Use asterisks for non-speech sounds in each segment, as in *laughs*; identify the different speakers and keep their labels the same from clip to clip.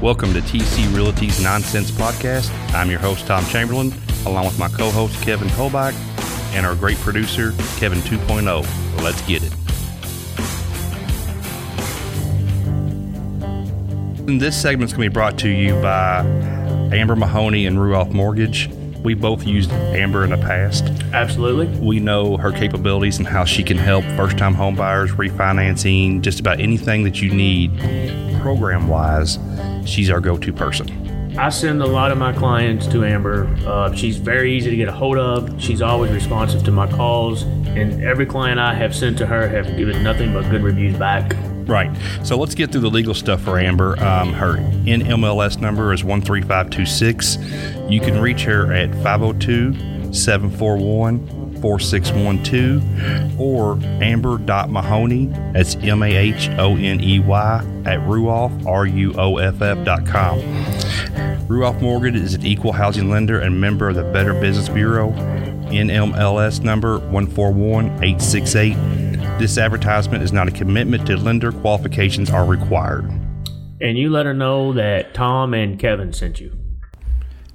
Speaker 1: Welcome to TC Realty's Nonsense Podcast. I'm your host, Tom Chamberlain, along with my co host, Kevin Kolbach, and our great producer, Kevin 2.0. Let's get it. And this segment's going to be brought to you by Amber Mahoney and Rudolph Mortgage. We both used Amber in the past.
Speaker 2: Absolutely.
Speaker 1: We know her capabilities and how she can help first time home buyers, refinancing, just about anything that you need program wise. She's our go to person.
Speaker 2: I send a lot of my clients to Amber. Uh, she's very easy to get a hold of. She's always responsive to my calls, and every client I have sent to her have given nothing but good reviews back.
Speaker 1: Right. So let's get through the legal stuff for Amber. Um, her NMLS number is 13526. You can reach her at 502 741 4612 or amber.mahoney, that's M A H O N E Y, at Ruoff, R U O F F dot com. Rudolph Mortgage is an equal housing lender and member of the Better Business Bureau, NMLS number 141868. This advertisement is not a commitment to lender qualifications are required.
Speaker 2: And you let her know that Tom and Kevin sent you.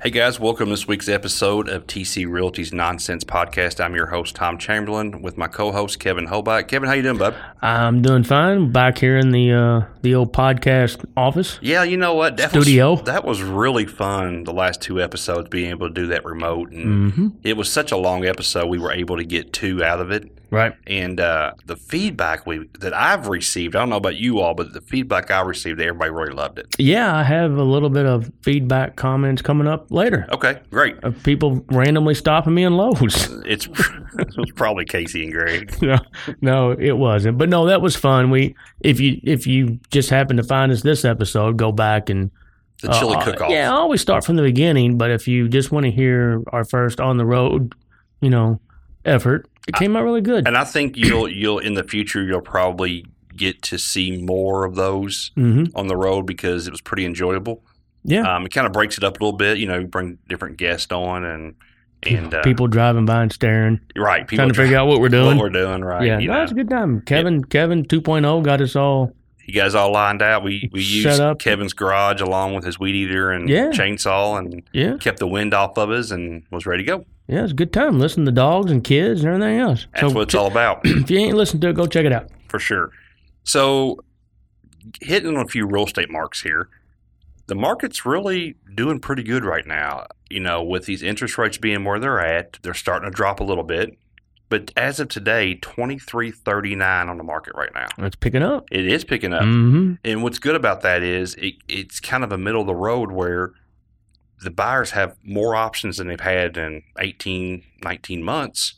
Speaker 1: Hey guys, welcome to this week's episode of TC Realty's Nonsense Podcast. I'm your host Tom Chamberlain with my co-host Kevin Hobart. Kevin, how you doing, bub?
Speaker 2: I'm doing fine. Back here in the uh, the old podcast office.
Speaker 1: Yeah, you know what? That
Speaker 2: Studio.
Speaker 1: Was, that was really fun. The last two episodes, being able to do that remote, and
Speaker 2: Mm-hmm.
Speaker 1: it was such a long episode. We were able to get two out of it.
Speaker 2: Right.
Speaker 1: And uh, the feedback we that I've received, I don't know about you all, but the feedback I received, everybody really loved it.
Speaker 2: Yeah, I have a little bit of feedback comments coming up later
Speaker 1: Okay, great.
Speaker 2: of people randomly stopping me in Lowe's. *laughs*
Speaker 1: It's *laughs* it was probably Casey and Greg.
Speaker 2: no, no, it wasn't. But no, that was fun. We if you if you just happen to find us this episode, go back and
Speaker 1: The chili
Speaker 2: Uh,
Speaker 1: cook-off.
Speaker 2: Yeah, I always start from the beginning, but if you just want to hear our first on the road, you know, effort, it came out really good.
Speaker 1: And I think you'll you'll in the future you'll probably get to see more of those
Speaker 2: hmm
Speaker 1: on the road because it was pretty enjoyable.
Speaker 2: Yeah,
Speaker 1: Um, it kind of breaks it up a little bit. You know, you bring different guests on and and uh,
Speaker 2: people driving by and staring,
Speaker 1: right? People
Speaker 2: trying to figure out what we're
Speaker 1: what
Speaker 2: doing.
Speaker 1: we're doing, right?
Speaker 2: yeah,
Speaker 1: you,
Speaker 2: no,
Speaker 1: know.
Speaker 2: it's a good time. Kevin, Kevin 2.0 got us all.
Speaker 1: you guys all lined out. We we
Speaker 2: Shut
Speaker 1: used
Speaker 2: up.
Speaker 1: Kevin's garage along with his weed eater and
Speaker 2: Yeah.
Speaker 1: chainsaw and
Speaker 2: Yeah,
Speaker 1: kept the wind off of us and was ready to go.
Speaker 2: yeah, it's a good time. Listen to dogs and kids and everything else.
Speaker 1: That's what it's all about
Speaker 2: *clears throat* if you ain't listened to it, go check it out.
Speaker 1: for sure. So hitting on a few real estate marks here. The market's really doing pretty good right now. You know, with these interest rates being where they're at, they're starting to drop a little bit. But as of today, twenty three thirty nine on the market right now.
Speaker 2: It's picking up.
Speaker 1: It is picking up.
Speaker 2: Mm-hmm.
Speaker 1: And what's good about that is it, it's kind of a middle of the road where the buyers have more options than they've had in 18, 19 months,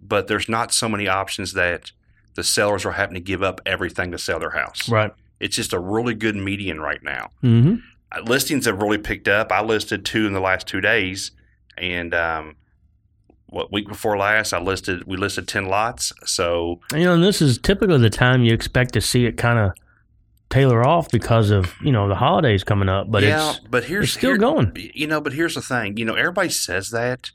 Speaker 1: but there's not so many options that the sellers are having to give up everything to sell their house.
Speaker 2: Right.
Speaker 1: It's just a really good median right now.
Speaker 2: Mm-hmm.
Speaker 1: Uh, Listings have really picked up. I listed two in the last two days, and um, what week before last, I listed we listed ten lots. So
Speaker 2: You know, and this is typically the time you expect to see it kind of tailor off because of you know the holidays coming up. But
Speaker 1: yeah,
Speaker 2: it's
Speaker 1: but here's
Speaker 2: it's still
Speaker 1: here-
Speaker 2: going.
Speaker 1: You know, but here's the thing. You know, everybody says that,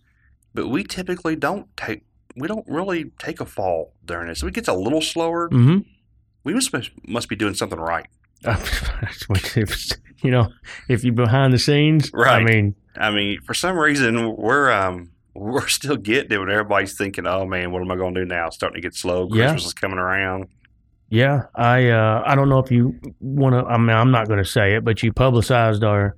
Speaker 1: but we typically don't take. We don't really take a fall during this. If it gets a little slower,
Speaker 2: *laughs* hmm
Speaker 1: we must must be doing something right.
Speaker 2: you know if you're behind the scenes, I
Speaker 1: Right.
Speaker 2: mean,
Speaker 1: I mean, for some reason, we're um *laughs* we're still getting it when everybody's thinking, "Oh man, what am I going to do now?" It's starting to get slow.
Speaker 2: Yeah.
Speaker 1: Christmas is coming around.
Speaker 2: yeah, I uh, I don't know if you want to. I mean, I'm not going to say it, but you publicized our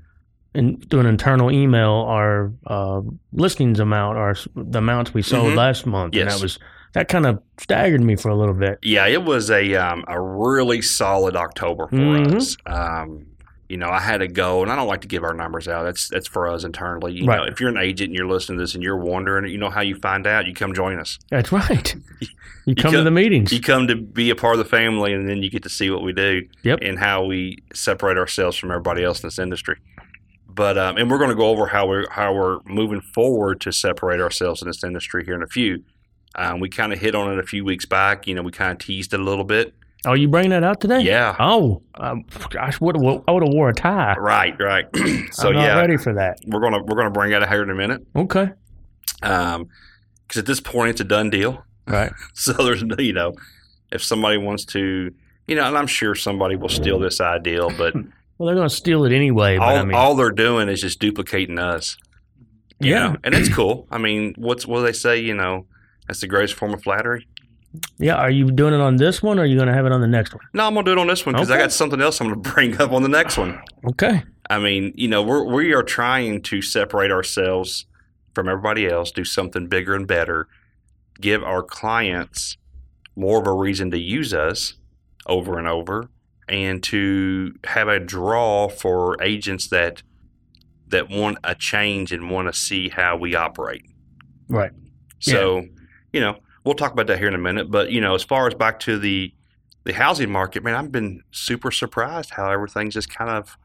Speaker 2: in, through an internal email our uh, listings amount, our s- the amounts we sold
Speaker 1: Mhm.
Speaker 2: last month, and
Speaker 1: Yes.
Speaker 2: that was that kind of staggered me for a little bit.
Speaker 1: Yeah, it was a um, a really solid October for
Speaker 2: Mhm.
Speaker 1: us. Um, you know, I had a goal, and I don't like to give our numbers out. That's that's for us internally. You know,
Speaker 2: Right.
Speaker 1: if you're an agent and you're listening to this and you're wondering, you know how you find out? You come join us. *laughs*
Speaker 2: That's right. You come
Speaker 1: co-
Speaker 2: to the meetings.
Speaker 1: You come to be a part of the family, and then you get to see what we do
Speaker 2: Yep.
Speaker 1: and how we separate ourselves from everybody else in this industry. But um, and we're going to go over how we're how we're moving forward to separate ourselves in this industry here in a few. Um, we kind of hit on it a few weeks back. You know, we kind of teased it a little bit.
Speaker 2: Oh, you bringing that out today?
Speaker 1: Yeah,
Speaker 2: Oh, um, gosh, what, what, I would have wore a tie.
Speaker 1: Right, right. *clears throat* so
Speaker 2: I'm not
Speaker 1: yeah,
Speaker 2: ready for that.
Speaker 1: we're gonna we're gonna bring that here in a minute.
Speaker 2: Okay.
Speaker 1: Um 'cause because at this point it's a done deal. *laughs*
Speaker 2: Right.
Speaker 1: So there's no, you
Speaker 2: *laughs*
Speaker 1: know, if somebody wants to, you know, and I'm sure somebody will steal this ideal, but
Speaker 2: Well, they're going to steal it anyway.
Speaker 1: all,
Speaker 2: but I mean,
Speaker 1: all they're doing is just duplicating us. you
Speaker 2: yeah,
Speaker 1: know? and it's cool. I mean, what's what do they say? You know, that's the greatest form of flattery.
Speaker 2: yeah. Are you doing it on this one, or are you going to have it on the next one?
Speaker 1: No, I'm gonna do it on this one because I
Speaker 2: Okay.
Speaker 1: got something else I'm gonna *laughs* bring up on the next one.
Speaker 2: Okay.
Speaker 1: I mean, you know, we're, we are trying to separate ourselves from everybody else, do something bigger and better, give our clients more of a reason to use us over and over, and to have a draw for agents that that want a change and want to see how we operate.
Speaker 2: Right.
Speaker 1: So, you know, we'll talk about that here in a minute. But you know, as far as back to the the housing market, man, I've been super surprised how everything's just kind of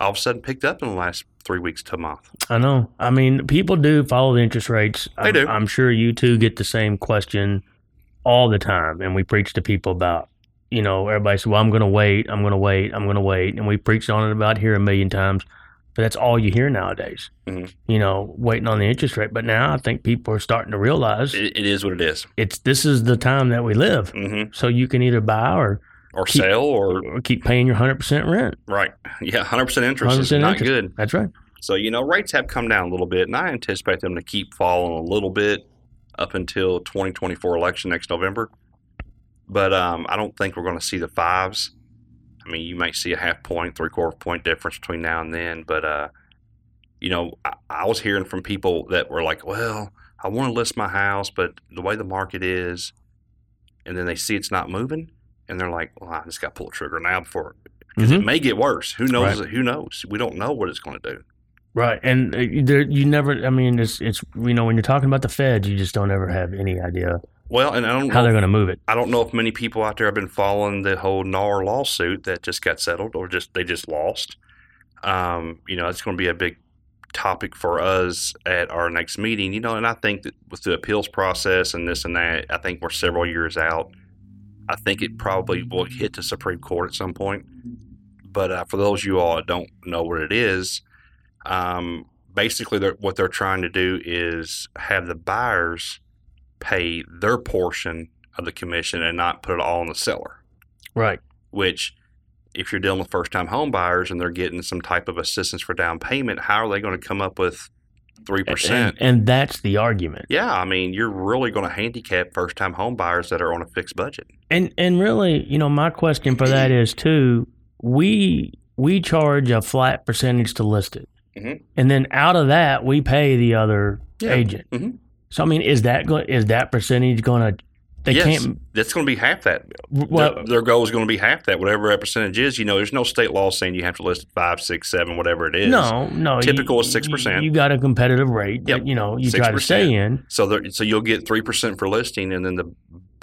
Speaker 1: all of a sudden picked up in the last three weeks to a month.
Speaker 2: I know. I mean, people do follow the interest rates.
Speaker 1: They
Speaker 2: I'm,
Speaker 1: do.
Speaker 2: I'm sure you two get the same question all the time, and we preach to people about, you know, everybody says, "Well, I'm going to wait. I'm going to wait. I'm going to wait," and we preached on it about here a million times. But that's all you hear nowadays.
Speaker 1: Mhm.
Speaker 2: You know, waiting on the interest rate. But now I think people are starting to realize
Speaker 1: It, it is what it is.
Speaker 2: it's this is the time that we live.
Speaker 1: Mm-hmm.
Speaker 2: So you can either buy or,
Speaker 1: Or
Speaker 2: Keep-
Speaker 1: sell, or
Speaker 2: or keep paying your hundred percent rent.
Speaker 1: right, yeah, hundred percent interest is
Speaker 2: 100%
Speaker 1: not
Speaker 2: interest.
Speaker 1: good.
Speaker 2: That's right.
Speaker 1: So you know, rates have come down a little bit, and I anticipate them to keep falling a little bit up until 2024 election next November. But um, I don't think we're going to see the fives. I mean, you might see a half point, three quarter point difference between now and then. But uh, you know, I, I was hearing from people that were like, "Well, I want to list my house, but the way the market is," and then they see it's not moving, and they're like, "Well, I just got to pull the trigger now before." Because it may get worse. Who knows? Who knows? We don't know what it's going to do.
Speaker 2: Right, and uh, there, you never. I mean, it's it's you know when you're talking about the Fed, you just don't ever have any idea
Speaker 1: Well, and I don't
Speaker 2: how
Speaker 1: know,
Speaker 2: they're going to move it.
Speaker 1: I don't know if many people out there have been following the whole NAR lawsuit that just got settled or just they just lost. Um, you know, it's going to be a big topic for us at our next meeting. You know, and I think that with the appeals process and this and that, I think we're several years out. I think it probably will hit the Supreme Court at some point. But uh, for those of you all that don't know what it is, um, basically they're, what they're trying to do is have the buyers pay their portion of the commission and not put it all on the seller.
Speaker 2: Right,
Speaker 1: Which, if you're dealing with first time home buyers and they're getting some type of assistance for down payment, how are they going to come up with 3%?
Speaker 2: and, and that's the argument.
Speaker 1: yeah, I mean, you're really going to handicap first time home buyers that are on a fixed budget.
Speaker 2: And and really, you know, my question for that is too. We we charge a flat percentage to list it,
Speaker 1: Mhm.
Speaker 2: and then out of that, we pay the other
Speaker 1: Yeah.
Speaker 2: agent.
Speaker 1: Mhm.
Speaker 2: So I mean, is that go- is that percentage going to? They
Speaker 1: Yes.
Speaker 2: can't.
Speaker 1: That's going to be half that.
Speaker 2: Well,
Speaker 1: their, their goal is going to be half that, whatever that percentage is. You know, there's no state law saying you have to list five, six, seven, whatever it is.
Speaker 2: no, no. you-
Speaker 1: typical is 6%.
Speaker 2: You got a competitive rate. that,
Speaker 1: Yep.
Speaker 2: You know, you try to
Speaker 1: 6%.
Speaker 2: stay in.
Speaker 1: So there, so you'll get three percent for listing, and then the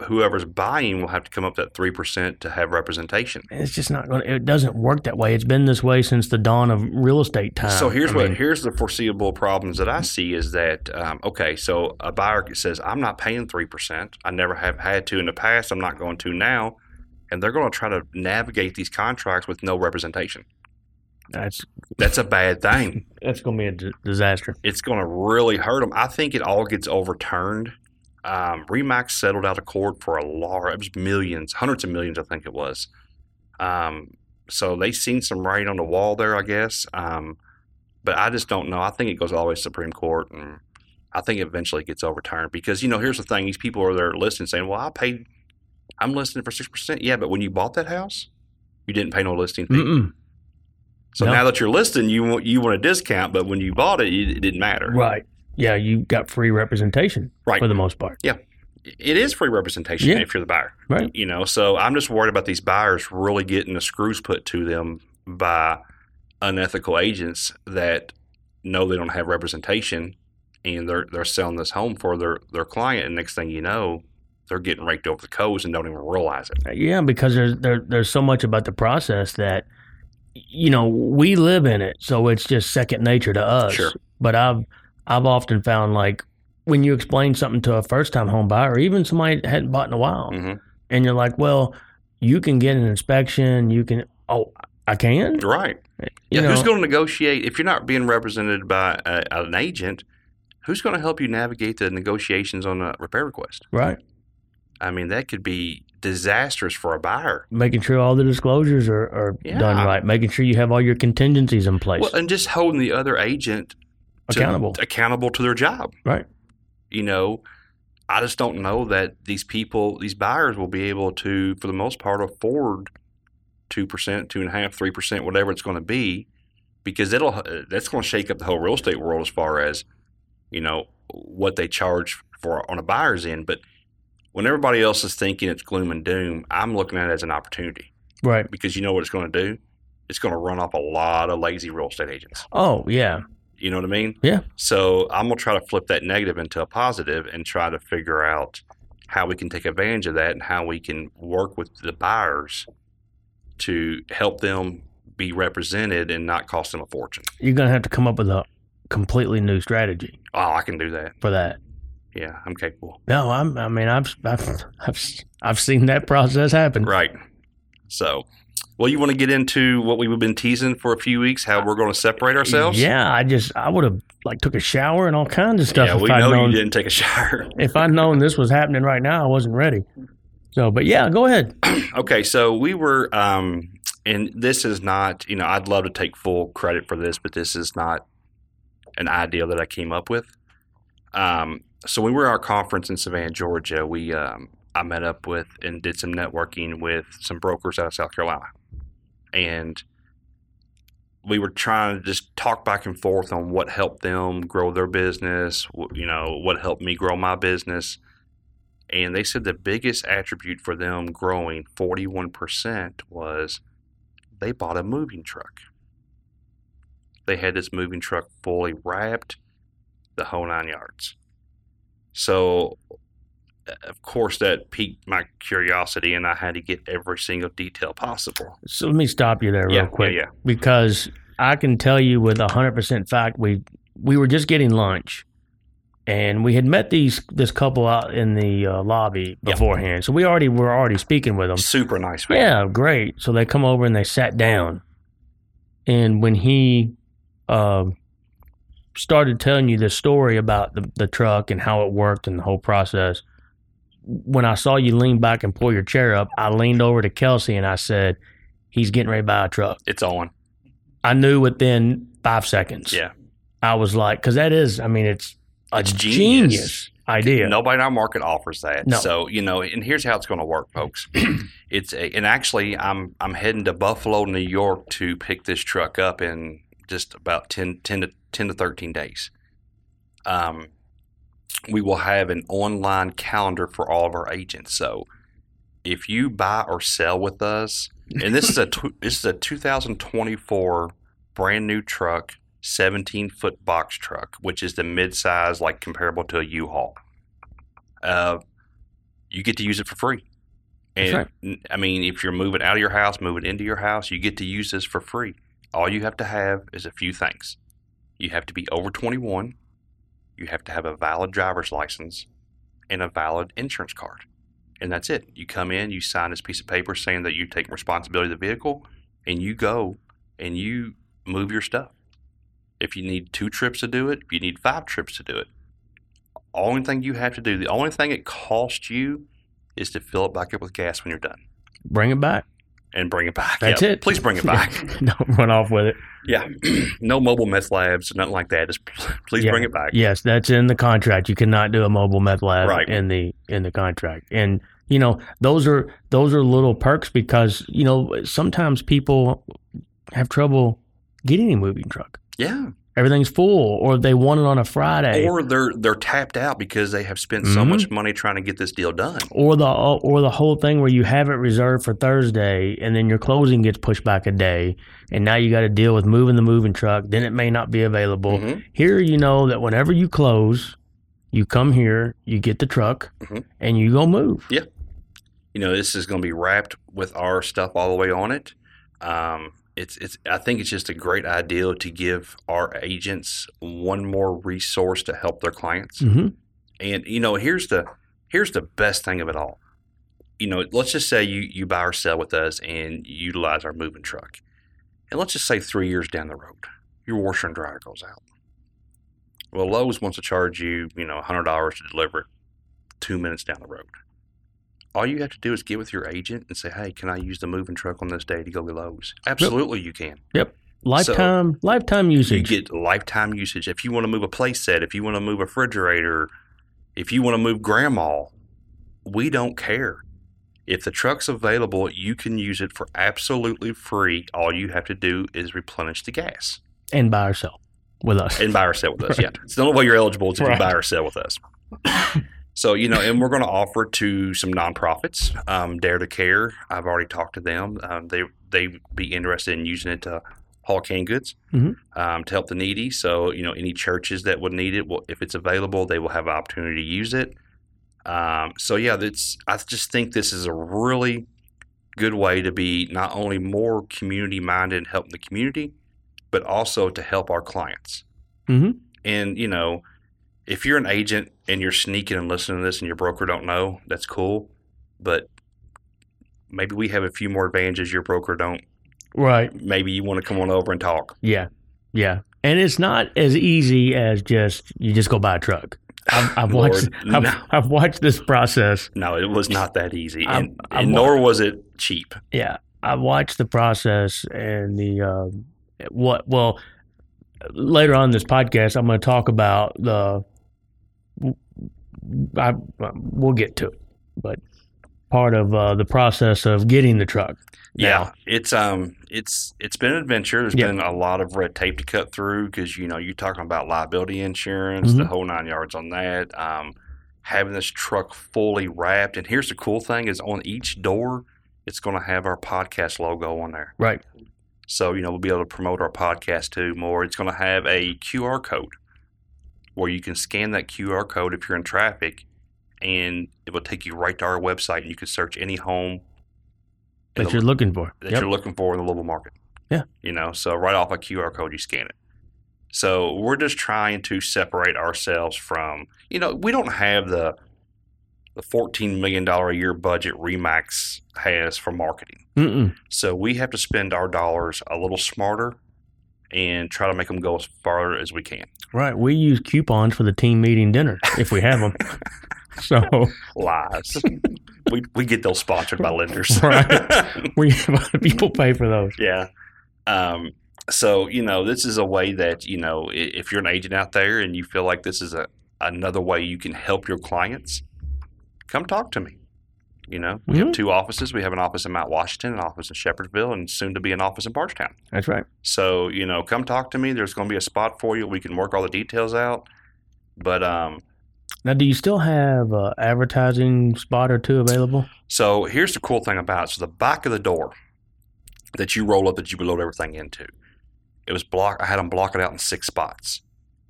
Speaker 1: whoever's buying will have to come up that three percent to have representation.
Speaker 2: it's just not going to, it doesn't work that way. It's been this way since the dawn of real estate time.
Speaker 1: so here's
Speaker 2: Um, I
Speaker 1: what
Speaker 2: mean,
Speaker 1: here's the foreseeable problems that I see is that um, okay, so a buyer says I'm not paying three percent. I never have had to in the past. I'm not going to now, and they're going to try to navigate these contracts with no representation.
Speaker 2: that's
Speaker 1: That's a bad thing.
Speaker 2: *laughs* that's going to be a d- disaster.
Speaker 1: it's going to really hurt them. I think it all gets overturned. Um, Remax settled out of court for a large, it was millions, hundreds of millions, I think it was. Um, so they seen some writing on the wall there, I guess. Um, but I just don't know. I think it goes all the way to Supreme Court, and I think it eventually it gets overturned because you know here's the thing: these people are there listening, saying, "Well, I paid, I'm listing for six percent." Yeah, but when you bought that house, you didn't pay no listing fee.
Speaker 2: Mm-mm.
Speaker 1: So
Speaker 2: No.
Speaker 1: now that you're listing, you want you want a discount, but when you bought it, it didn't matter.
Speaker 2: Right. Yeah, you got free representation
Speaker 1: Right.
Speaker 2: for the most part.
Speaker 1: it is free representation
Speaker 2: Yeah.
Speaker 1: if you're the buyer.
Speaker 2: Right.
Speaker 1: You know, so I'm just worried about these buyers really getting the screws put to them by unethical agents that know they don't have representation and they're they're selling this home for their their client and next thing you know, they're getting raked over the coals and don't even realize it.
Speaker 2: Yeah, because there's there, there's so much about the process that you know we live in it, so it's just second nature to us.
Speaker 1: Sure.
Speaker 2: But I've I've often found like when you explain something to a first time home buyer, or even somebody that hadn't bought in a while,
Speaker 1: Mhm.
Speaker 2: and you're like, well, you can get an inspection, you can. Oh, I can.
Speaker 1: You're right.
Speaker 2: You
Speaker 1: Yeah,
Speaker 2: know,
Speaker 1: who's going to negotiate if you're not being represented by a, an agent? Who's going to help you navigate the negotiations on a repair request?
Speaker 2: right?
Speaker 1: I mean, that could be disastrous for a buyer.
Speaker 2: making sure all the disclosures are, are
Speaker 1: Yeah.
Speaker 2: done right, making sure you have all your contingencies in place.
Speaker 1: Well, uh, and just holding the other agent to-
Speaker 2: Accountable.
Speaker 1: accountable to their job.
Speaker 2: Right.
Speaker 1: You know, I just don't know that these people, these buyers, will be able to, for the most part, afford two percent, two and a half, three percent, whatever it's going to be, because it'll uh, that's going to shake up the whole real estate world as far as you know what they charge for on a buyer's end. But when everybody else is thinking it's gloom and doom, I'm looking at it as an opportunity
Speaker 2: right.
Speaker 1: because you know what it's going to do. It's going to run off a lot of lazy real estate agents.
Speaker 2: Oh, yeah.
Speaker 1: You know what I mean?
Speaker 2: Yeah.
Speaker 1: So I'm gonna try to flip that negative into a positive and try to figure out how we can take advantage of that and how we can work with the buyers to help them be represented and not cost them a fortune.
Speaker 2: You're going to have to come up with a completely new strategy
Speaker 1: Oh, I can do that.
Speaker 2: for that.
Speaker 1: Yeah, I'm capable.
Speaker 2: No, I'm, I mean, I've, I've, I've, I've seen that process happen.
Speaker 1: Right. So, well, you want to get into what we've been teasing for a few weeks, how we're going to separate ourselves?
Speaker 2: Yeah, I just, I would have like took a shower and all kinds of stuff.
Speaker 1: yeah,
Speaker 2: if
Speaker 1: we
Speaker 2: I'd
Speaker 1: know
Speaker 2: known,
Speaker 1: you didn't take a *laughs* shower.
Speaker 2: If I'd known this was happening right now, I wasn't ready. So, but yeah, go ahead.
Speaker 1: *clears throat* Okay, so we were, um, and this is not, you know, I'd love to take full credit for this, but this is not an idea that I came up with. Um, so we were at our conference in Savannah, Georgia. We, um, I met up with and did some networking with some brokers out of South Carolina, and we were trying to just talk back and forth on what helped them grow their business, wh- you know, what helped me grow my business. And they said the biggest attribute for them growing 41% was they bought a moving truck. They had this moving truck fully wrapped, the whole nine yards. So, uh, of course, that piqued my curiosity, and I had to get every single detail possible.
Speaker 2: So let me stop you there real
Speaker 1: yeah,
Speaker 2: quick
Speaker 1: yeah, yeah.
Speaker 2: because I can tell you with a hundred percent fact, we we were just getting lunch, and we had met these this couple out in the uh, lobby
Speaker 1: Yeah.
Speaker 2: beforehand. So we already were already speaking with them.
Speaker 1: Super nice. man.
Speaker 2: Um, Yeah, great. So they come over and they sat down, and when he um, started telling you this story about the the truck and how it worked and the whole process, when I saw you lean back and pull your chair up, I leaned over to Kelsey and I said, "He's getting ready to buy a truck."
Speaker 1: It's on.
Speaker 2: I knew within five seconds.
Speaker 1: Yeah.
Speaker 2: I was like, because that is, I mean, it's a
Speaker 1: It's
Speaker 2: genius.
Speaker 1: genius.
Speaker 2: idea.
Speaker 1: Nobody in our market offers that.
Speaker 2: No.
Speaker 1: So you know, and here's how it's going to work,
Speaker 2: *clears throat*
Speaker 1: folks. it's a, and actually, I'm I'm heading to Buffalo, New York, to pick this truck up in just about 10, 10 to ten to thirteen days. Um, we will have an online calendar for all of our agents. So if you buy or sell with us, and this is a tw- this is a 2024 brand new truck. 17 foot box truck, which is the mid size, like comparable to a U Haul uh, you get to use it for free.
Speaker 2: That's
Speaker 1: And I mean, if you're moving out of your house, moving into your house, you get to use this for free. All you have to have is a few things. You have to be over 21. You have to have a valid driver's license and a valid insurance card. And that's it. You come in, you sign this piece of paper saying that you take responsibility of the vehicle, and you go and you move your stuff. If you need two trips to do it, if you need five trips to do it, only thing you have to do, the only thing it costs you is to fill it back up with gas when you're done
Speaker 2: Bring it back. *laughs*
Speaker 1: and bring it back.
Speaker 2: That's
Speaker 1: Yeah,
Speaker 2: it.
Speaker 1: Please
Speaker 2: *laughs*
Speaker 1: bring it back.
Speaker 2: Don't run off with it.
Speaker 1: yeah. *clears throat* no mobile meth labs, nothing like that. Just *clears throat* pl- please
Speaker 2: Yeah.
Speaker 1: bring it back.
Speaker 2: Yes, that's in the contract. You cannot do a mobile meth lab
Speaker 1: Right.
Speaker 2: in the in the contract. And you know, those are those are little perks because, you know, sometimes people have trouble getting a moving truck.
Speaker 1: Yeah.
Speaker 2: Everything's full or they want it on a Friday.
Speaker 1: Or they're they're tapped out because they have spent so
Speaker 2: Mhm.
Speaker 1: much money trying to get this deal done.
Speaker 2: or the or the whole thing where you have it reserved for Thursday and then your closing gets pushed back a day and now you got to deal with moving the moving truck then it may not be available
Speaker 1: Mhm.
Speaker 2: here you know that whenever you close you come here you get the truck
Speaker 1: Mhm.
Speaker 2: and you go move
Speaker 1: Yeah. You know, this is going to be wrapped with our stuff all the way on it. Um, it's it's I think it's just a great idea to give our agents one more resource to help their clients.
Speaker 2: hmm
Speaker 1: And you know, here's the here's the best thing of it all. You know, let's just say you you buy or sell with us and you utilize our moving truck. And let's just say three years down the road, your washer and dryer goes out. Well, Lowe's wants to charge you, you know, hundred dollars to deliver it two minutes down the road. all you have to do is get with your agent and say, "Hey, can I use the moving truck on this day to go to Lowe's?" Absolutely, you can.
Speaker 2: Lifetime, lifetime
Speaker 1: You
Speaker 2: usage.
Speaker 1: get lifetime usage. If you want to move a place set, if you want to move a refrigerator, if you want to move grandma, we don't care. If the truck's available, you can use it for absolutely free. All you have to do is replenish the gas
Speaker 2: and by ourselves with
Speaker 1: *laughs*
Speaker 2: us.
Speaker 1: and buy or sell with us. Yeah, it's the only way you're eligible is if
Speaker 2: Right.
Speaker 1: you buy or sell with us. *coughs* so you know, and we're going to offer to some nonprofits, um, Dare to Care. I've already talked to them. Um, they they be interested in using it to haul canned goods
Speaker 2: Mhm.
Speaker 1: um, to help the needy. So you know, any churches that would need it, will, if it's available, they will have an opportunity to use it. Um, so yeah, that's I just think this is a really good way to be not only more community minded and helping the community, but also to help our clients.
Speaker 2: Mhm.
Speaker 1: And you know, if you're an agent and you're sneaking and listening to this, and your broker don't know, that's cool. But maybe we have a few more advantages your broker don't.
Speaker 2: right.
Speaker 1: Maybe you want to come on over and talk.
Speaker 2: Yeah. Yeah. And it's not as easy as just you just go buy a truck. I've, I've watched
Speaker 1: *laughs* Lord,
Speaker 2: I've,
Speaker 1: no.
Speaker 2: I've watched this process.
Speaker 1: No, it was not that easy,
Speaker 2: I'm-
Speaker 1: and,
Speaker 2: I'm-
Speaker 1: and nor was it cheap.
Speaker 2: Yeah, I watched the process and the um, what. Well, later on in this podcast, I'm going to talk about the. I we'll get to it, but part of uh, the process of getting the truck.
Speaker 1: Yeah, it's um, it's it's been an adventure. There's
Speaker 2: Yeah.
Speaker 1: been a lot of red tape to cut through because you know you're talking about liability insurance,
Speaker 2: Mm-hmm.
Speaker 1: the whole nine yards on that. Um, having this truck fully wrapped, and here's the cool thing: is on each door, it's going to have our podcast logo on there.
Speaker 2: Right.
Speaker 1: So you know we'll be able to promote our podcast too more. It's going to have a QR code where you can scan that QR code if you're in traffic, and it will take you right to our website, and you can search any home in
Speaker 2: that
Speaker 1: the-
Speaker 2: you're looking for.
Speaker 1: that
Speaker 2: Yep.
Speaker 1: you're looking for in the local market.
Speaker 2: Yeah.
Speaker 1: You know, so right off a QR code, you scan it. So we're just trying to separate ourselves from, you know, we don't have the the fourteen million dollar a year budget Remax has for marketing.
Speaker 2: Mm-mm.
Speaker 1: So we have to spend our dollars a little smarter and try to make them go as far as we can.
Speaker 2: Right. We use coupons for the team meeting dinner if we have them. *laughs* so *laughs*
Speaker 1: Lies. we we get those sponsored by lenders. *laughs*
Speaker 2: Right. we people pay for those.
Speaker 1: Yeah. Um, so, you know, this is a way that, you know, i- if you're an agent out there and you feel like this is a, another way you can help your clients, come talk to me. You know, we
Speaker 2: Mhm.
Speaker 1: have two offices. We have an office in Mount Washington, an office in Shepherdville, and soon to be an office in Bargetown.
Speaker 2: That's right.
Speaker 1: So, you know, come talk to me. There's going to be a spot for you. We can work all the details out. But um,
Speaker 2: Now, do you still have uh, advertising spot or two available?
Speaker 1: So here's the cool thing about it. So the back of the door that you roll up that you would load everything into, it was block. I had them block it out in six spots,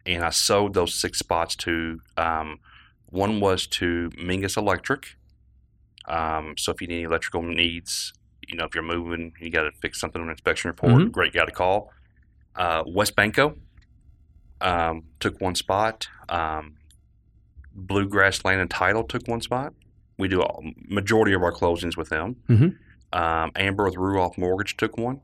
Speaker 1: and I sold those six spots to. Um, one was to Mingus Electric. Um, so if you need any electrical needs, you know if you're moving, you got to fix something on an inspection report.
Speaker 2: Mhm.
Speaker 1: Great guy to call. Uh, West Banco um, took one spot. Um, Bluegrass Land and Title took one spot we do all, majority of our closings with them.
Speaker 2: Mhm.
Speaker 1: Um, Amber with Rudolph Mortgage took one.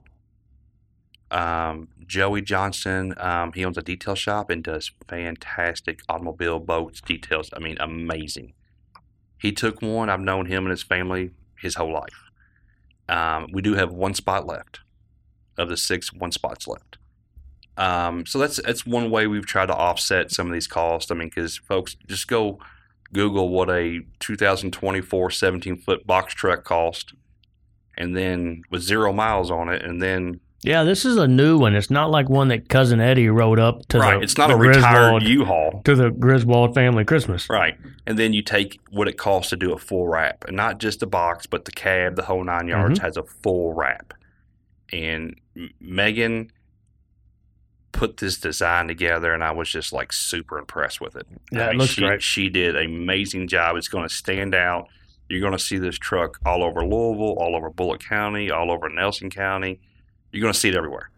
Speaker 1: Um, Joey Johnson, um, he owns a detail shop and does fantastic automobile boats details. I mean, amazing. He took one. I've known him and his family his whole life. Um, we do have one spot left of the six. One spots left. Um, so that's that's one way we've tried to offset some of these costs. I mean, because folks, just go Google what a 2024 17 foot box truck cost, and then with zero miles on it, and then
Speaker 2: Yeah, this is a new one. It's not like one that cousin Eddie rode up to
Speaker 1: right,
Speaker 2: the
Speaker 1: it's not
Speaker 2: the
Speaker 1: a retired
Speaker 2: Griswold-
Speaker 1: U-Haul,
Speaker 2: to the Griswold family Christmas.
Speaker 1: right? And then you take what it costs to do a full wrap, and not just the box, but the cab, the whole nine yards
Speaker 2: Mm-hmm.
Speaker 1: has a full wrap. And M- Megan put this design together, and I was just like super impressed with it.
Speaker 2: Yeah,
Speaker 1: I
Speaker 2: it
Speaker 1: mean,
Speaker 2: looks
Speaker 1: she,
Speaker 2: great.
Speaker 1: She did an amazing job. It's going to stand out. You're going to see this truck all over Louisville, all over Bullock County, all over Nelson County. You're going to see it everywhere.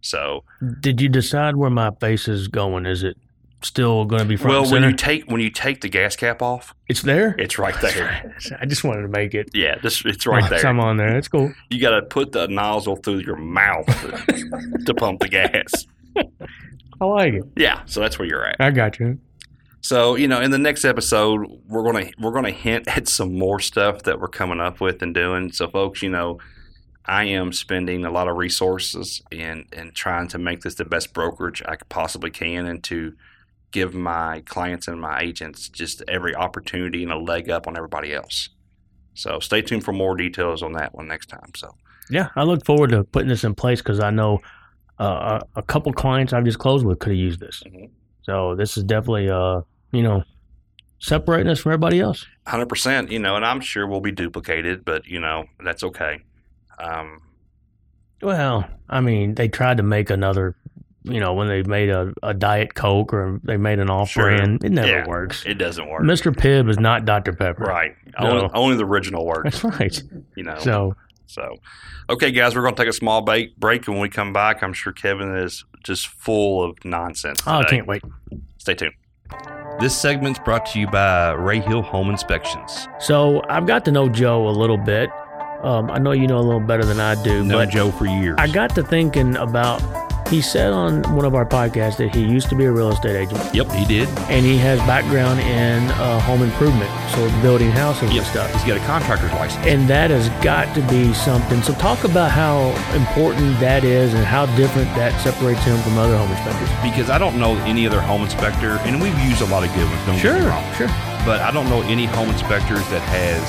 Speaker 1: So,
Speaker 2: Did you decide where my face is going? Is it still going to be front
Speaker 1: well,
Speaker 2: and
Speaker 1: when
Speaker 2: center?
Speaker 1: you take when you take the gas cap off,
Speaker 2: it's there.
Speaker 1: it's right there.
Speaker 2: I just wanted to make it.
Speaker 1: Yeah, this it's right there.
Speaker 2: I'm on there. It's cool.
Speaker 1: You got to put the nozzle through your mouth to pump the gas.
Speaker 2: I like it.
Speaker 1: Yeah, so that's where you're at.
Speaker 2: I got you.
Speaker 1: So you know, in the next episode, we're gonna we're gonna hint at some more stuff that we're coming up with and doing. So, folks, you know, I am spending a lot of resources in in trying to make this the best brokerage I could possibly can, and to give my clients and my agents just every opportunity and a leg up on everybody else. So, stay tuned for more details on that one next time. So,
Speaker 2: Yeah, I look forward to putting this in place because I know uh, a, a couple clients I've just closed with could have used this.
Speaker 1: Mhm.
Speaker 2: So this is definitely, uh, you know, separating us from everybody else.
Speaker 1: hundred percent, you know, and I'm sure we'll be duplicated, but you know, that's okay. Um,
Speaker 2: Well, I mean, they tried to make another, you know, when they made a, a Diet Coke or they made an off brand, it never
Speaker 1: Yeah.
Speaker 2: works.
Speaker 1: it doesn't work.
Speaker 2: Mr. Pibb is not Dr. Pepper.
Speaker 1: Right.
Speaker 2: No.
Speaker 1: Only, only the original works,
Speaker 2: *laughs* That's right.
Speaker 1: you know. So,
Speaker 2: So,
Speaker 1: okay, guys, we're going to take a small ba- break. And when we come back, I'm sure Kevin is just full of nonsense.
Speaker 2: oh, I
Speaker 1: today.
Speaker 2: can't wait.
Speaker 1: Stay tuned.
Speaker 3: This segment's brought to you by Ray Hill Home Inspections.
Speaker 2: So, I've got to know Joe a little bit. Um, I know you know a little better than I do,
Speaker 3: Known
Speaker 2: but
Speaker 3: Joe for years.
Speaker 2: I got to thinking about. He said on one of our podcasts that he used to be a real estate agent
Speaker 3: yep, he did.
Speaker 2: and he has background in uh, home improvement, so building houses
Speaker 3: Yep,
Speaker 2: and stuff.
Speaker 3: he's got a contractor's license.
Speaker 2: And that has got to be something. So talk about how important that is and how different that separates him from other home inspectors.
Speaker 3: Because I don't know any other home inspector, and we've used a lot of good ones. Don't get me wrong.
Speaker 2: sure.
Speaker 3: but I don't know any home inspectors that has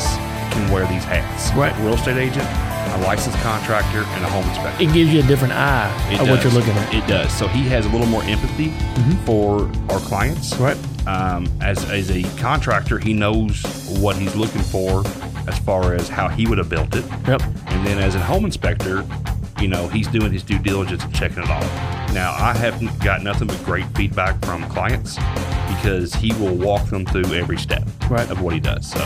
Speaker 3: can wear these hats.
Speaker 2: Right.
Speaker 3: real estate agent, a licensed contractor, and a home inspector.
Speaker 2: It gives you a different eye
Speaker 3: It
Speaker 2: of what
Speaker 3: does.
Speaker 2: you're looking at.
Speaker 3: It does. So he has a little more empathy
Speaker 2: Mhm.
Speaker 3: for our clients.
Speaker 2: Right.
Speaker 3: Um, as as a contractor, he knows what he's looking for as far as how he would have built it.
Speaker 2: Yep.
Speaker 3: And then as a home inspector, you know, he's doing his due diligence and checking it all. Now, I haven't got nothing but great feedback from clients because he will walk them through every step
Speaker 2: Right.
Speaker 3: of what he does. So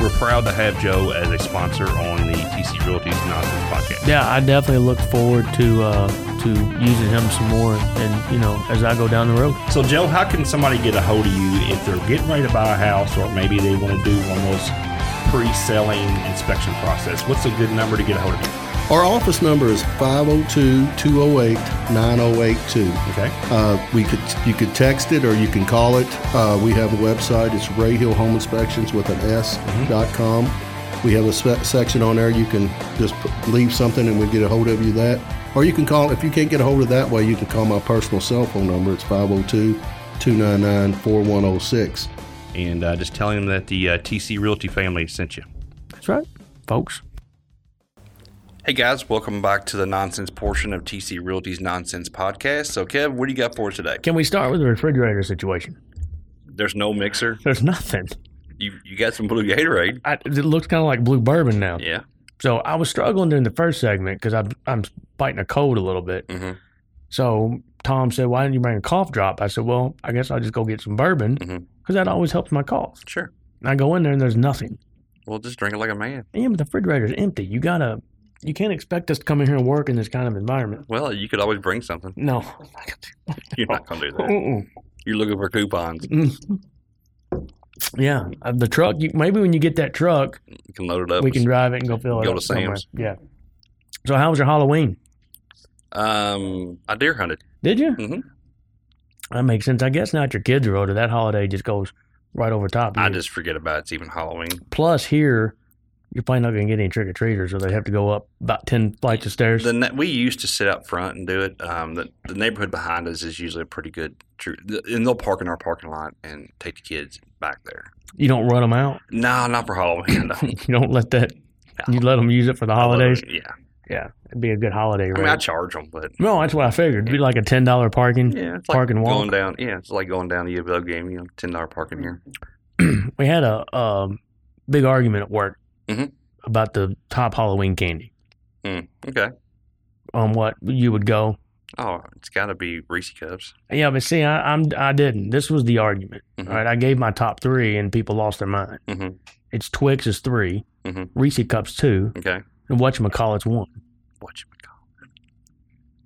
Speaker 3: we're proud to have Joe as a sponsor on the TC Realty's Nonsense podcast.
Speaker 2: Yeah, I definitely look forward to uh, to using him some more, and you know, as I go down the road.
Speaker 3: So, Joe, how can somebody get a hold of you if they're getting ready to buy a house or maybe they want to do one of those pre selling inspection process? What's a good number to get a hold of you?
Speaker 4: Our office number is 502-208-9082.
Speaker 3: Okay.
Speaker 4: Uh, we could you could text it or you can call it. Uh, we have a website. It's Ray Hill Home Inspections with an S dot com. We have a spe- section on there. You can just p- leave something and we get a hold of you that. Or you can call if you can't get a hold of that way. You can call my personal cell phone number. It's 502-299-4106.
Speaker 3: And uh, just telling them that the uh, TC Realty family sent you.
Speaker 2: That's right, folks.
Speaker 1: Hey, guys, welcome back to the nonsense portion of TC Realty's Nonsense Podcast. So, Kev, what do you got for us today?
Speaker 2: Can we start with the refrigerator situation?
Speaker 1: There's no mixer.
Speaker 2: There's nothing.
Speaker 1: You, you got some blue Gatorade.
Speaker 2: I, it looks kind of like blue bourbon now.
Speaker 1: Yeah.
Speaker 2: So I was struggling during the first segment because I'm I'm biting a cold a little bit.
Speaker 1: Mhm.
Speaker 2: So Tom said, "Why didn't you bring a cough drop?" I said, "Well, I guess I'll just go get some bourbon because
Speaker 1: Mhm.
Speaker 2: that always helps my cough."
Speaker 1: Sure.
Speaker 2: And I go in there and there's nothing.
Speaker 1: Well, just drink it like a man.
Speaker 2: Damn, the refrigerator's empty. You gotta, you can't expect us to come in here and work in this kind of environment.
Speaker 1: Well, you could always bring something. *laughs*
Speaker 2: No,
Speaker 1: You're not going to do *laughs* that.
Speaker 2: Mm-mm.
Speaker 1: You're looking for coupons.
Speaker 2: yeah, uh, the truck. You, maybe when you get that truck,
Speaker 1: You can load it up.
Speaker 2: we can drive it and go fill it
Speaker 1: Go
Speaker 2: up
Speaker 1: to Sam's.
Speaker 2: somewhere. Yeah. So how was your Halloween?
Speaker 1: Um, I deer hunted.
Speaker 2: Did you?
Speaker 1: Mhm.
Speaker 2: That makes sense. I guess now that your kids are older, that holiday just goes right over top. of
Speaker 1: I
Speaker 2: you.
Speaker 1: just forget about it's even Halloween.
Speaker 2: plus here, you're probably not going to get any trick or treaters, or they have to go up about ten flights of stairs.
Speaker 1: The ne- we used to sit out front and do it. Um, the, the neighborhood behind us is usually a pretty good, tr- and they'll park in our parking lot and take the kids back there.
Speaker 2: you don't run them out.
Speaker 1: No, not for Halloween. No.
Speaker 2: You don't let that. You let them use it for the *laughs* holidays.
Speaker 1: Yeah,
Speaker 2: It'd be a good holiday,
Speaker 1: I mean, I
Speaker 2: right?
Speaker 1: charge them, but
Speaker 2: No, that's what I figured. It'd be like a ten dollar parking.
Speaker 1: yeah, it's
Speaker 2: Park and walk.
Speaker 1: going down. Yeah, it's like going down to U of L game. You know, ten dollar parking here.
Speaker 2: *clears throat* we had a, um big argument at work
Speaker 1: Mhm.
Speaker 2: about the top Halloween candy
Speaker 1: Okay.
Speaker 2: on what you would go.
Speaker 1: Oh, it's got to be Reese cups.
Speaker 2: Yeah, but see, I, I'm I didn't. This was the argument.
Speaker 1: Mhm.
Speaker 2: Right, I gave my top three, and people lost their mind.
Speaker 1: Mhm.
Speaker 2: It's Twix is 3
Speaker 1: Mhm.
Speaker 2: Reese Cups two,
Speaker 1: Okay.
Speaker 2: and Whatchamacallit's one.
Speaker 1: What you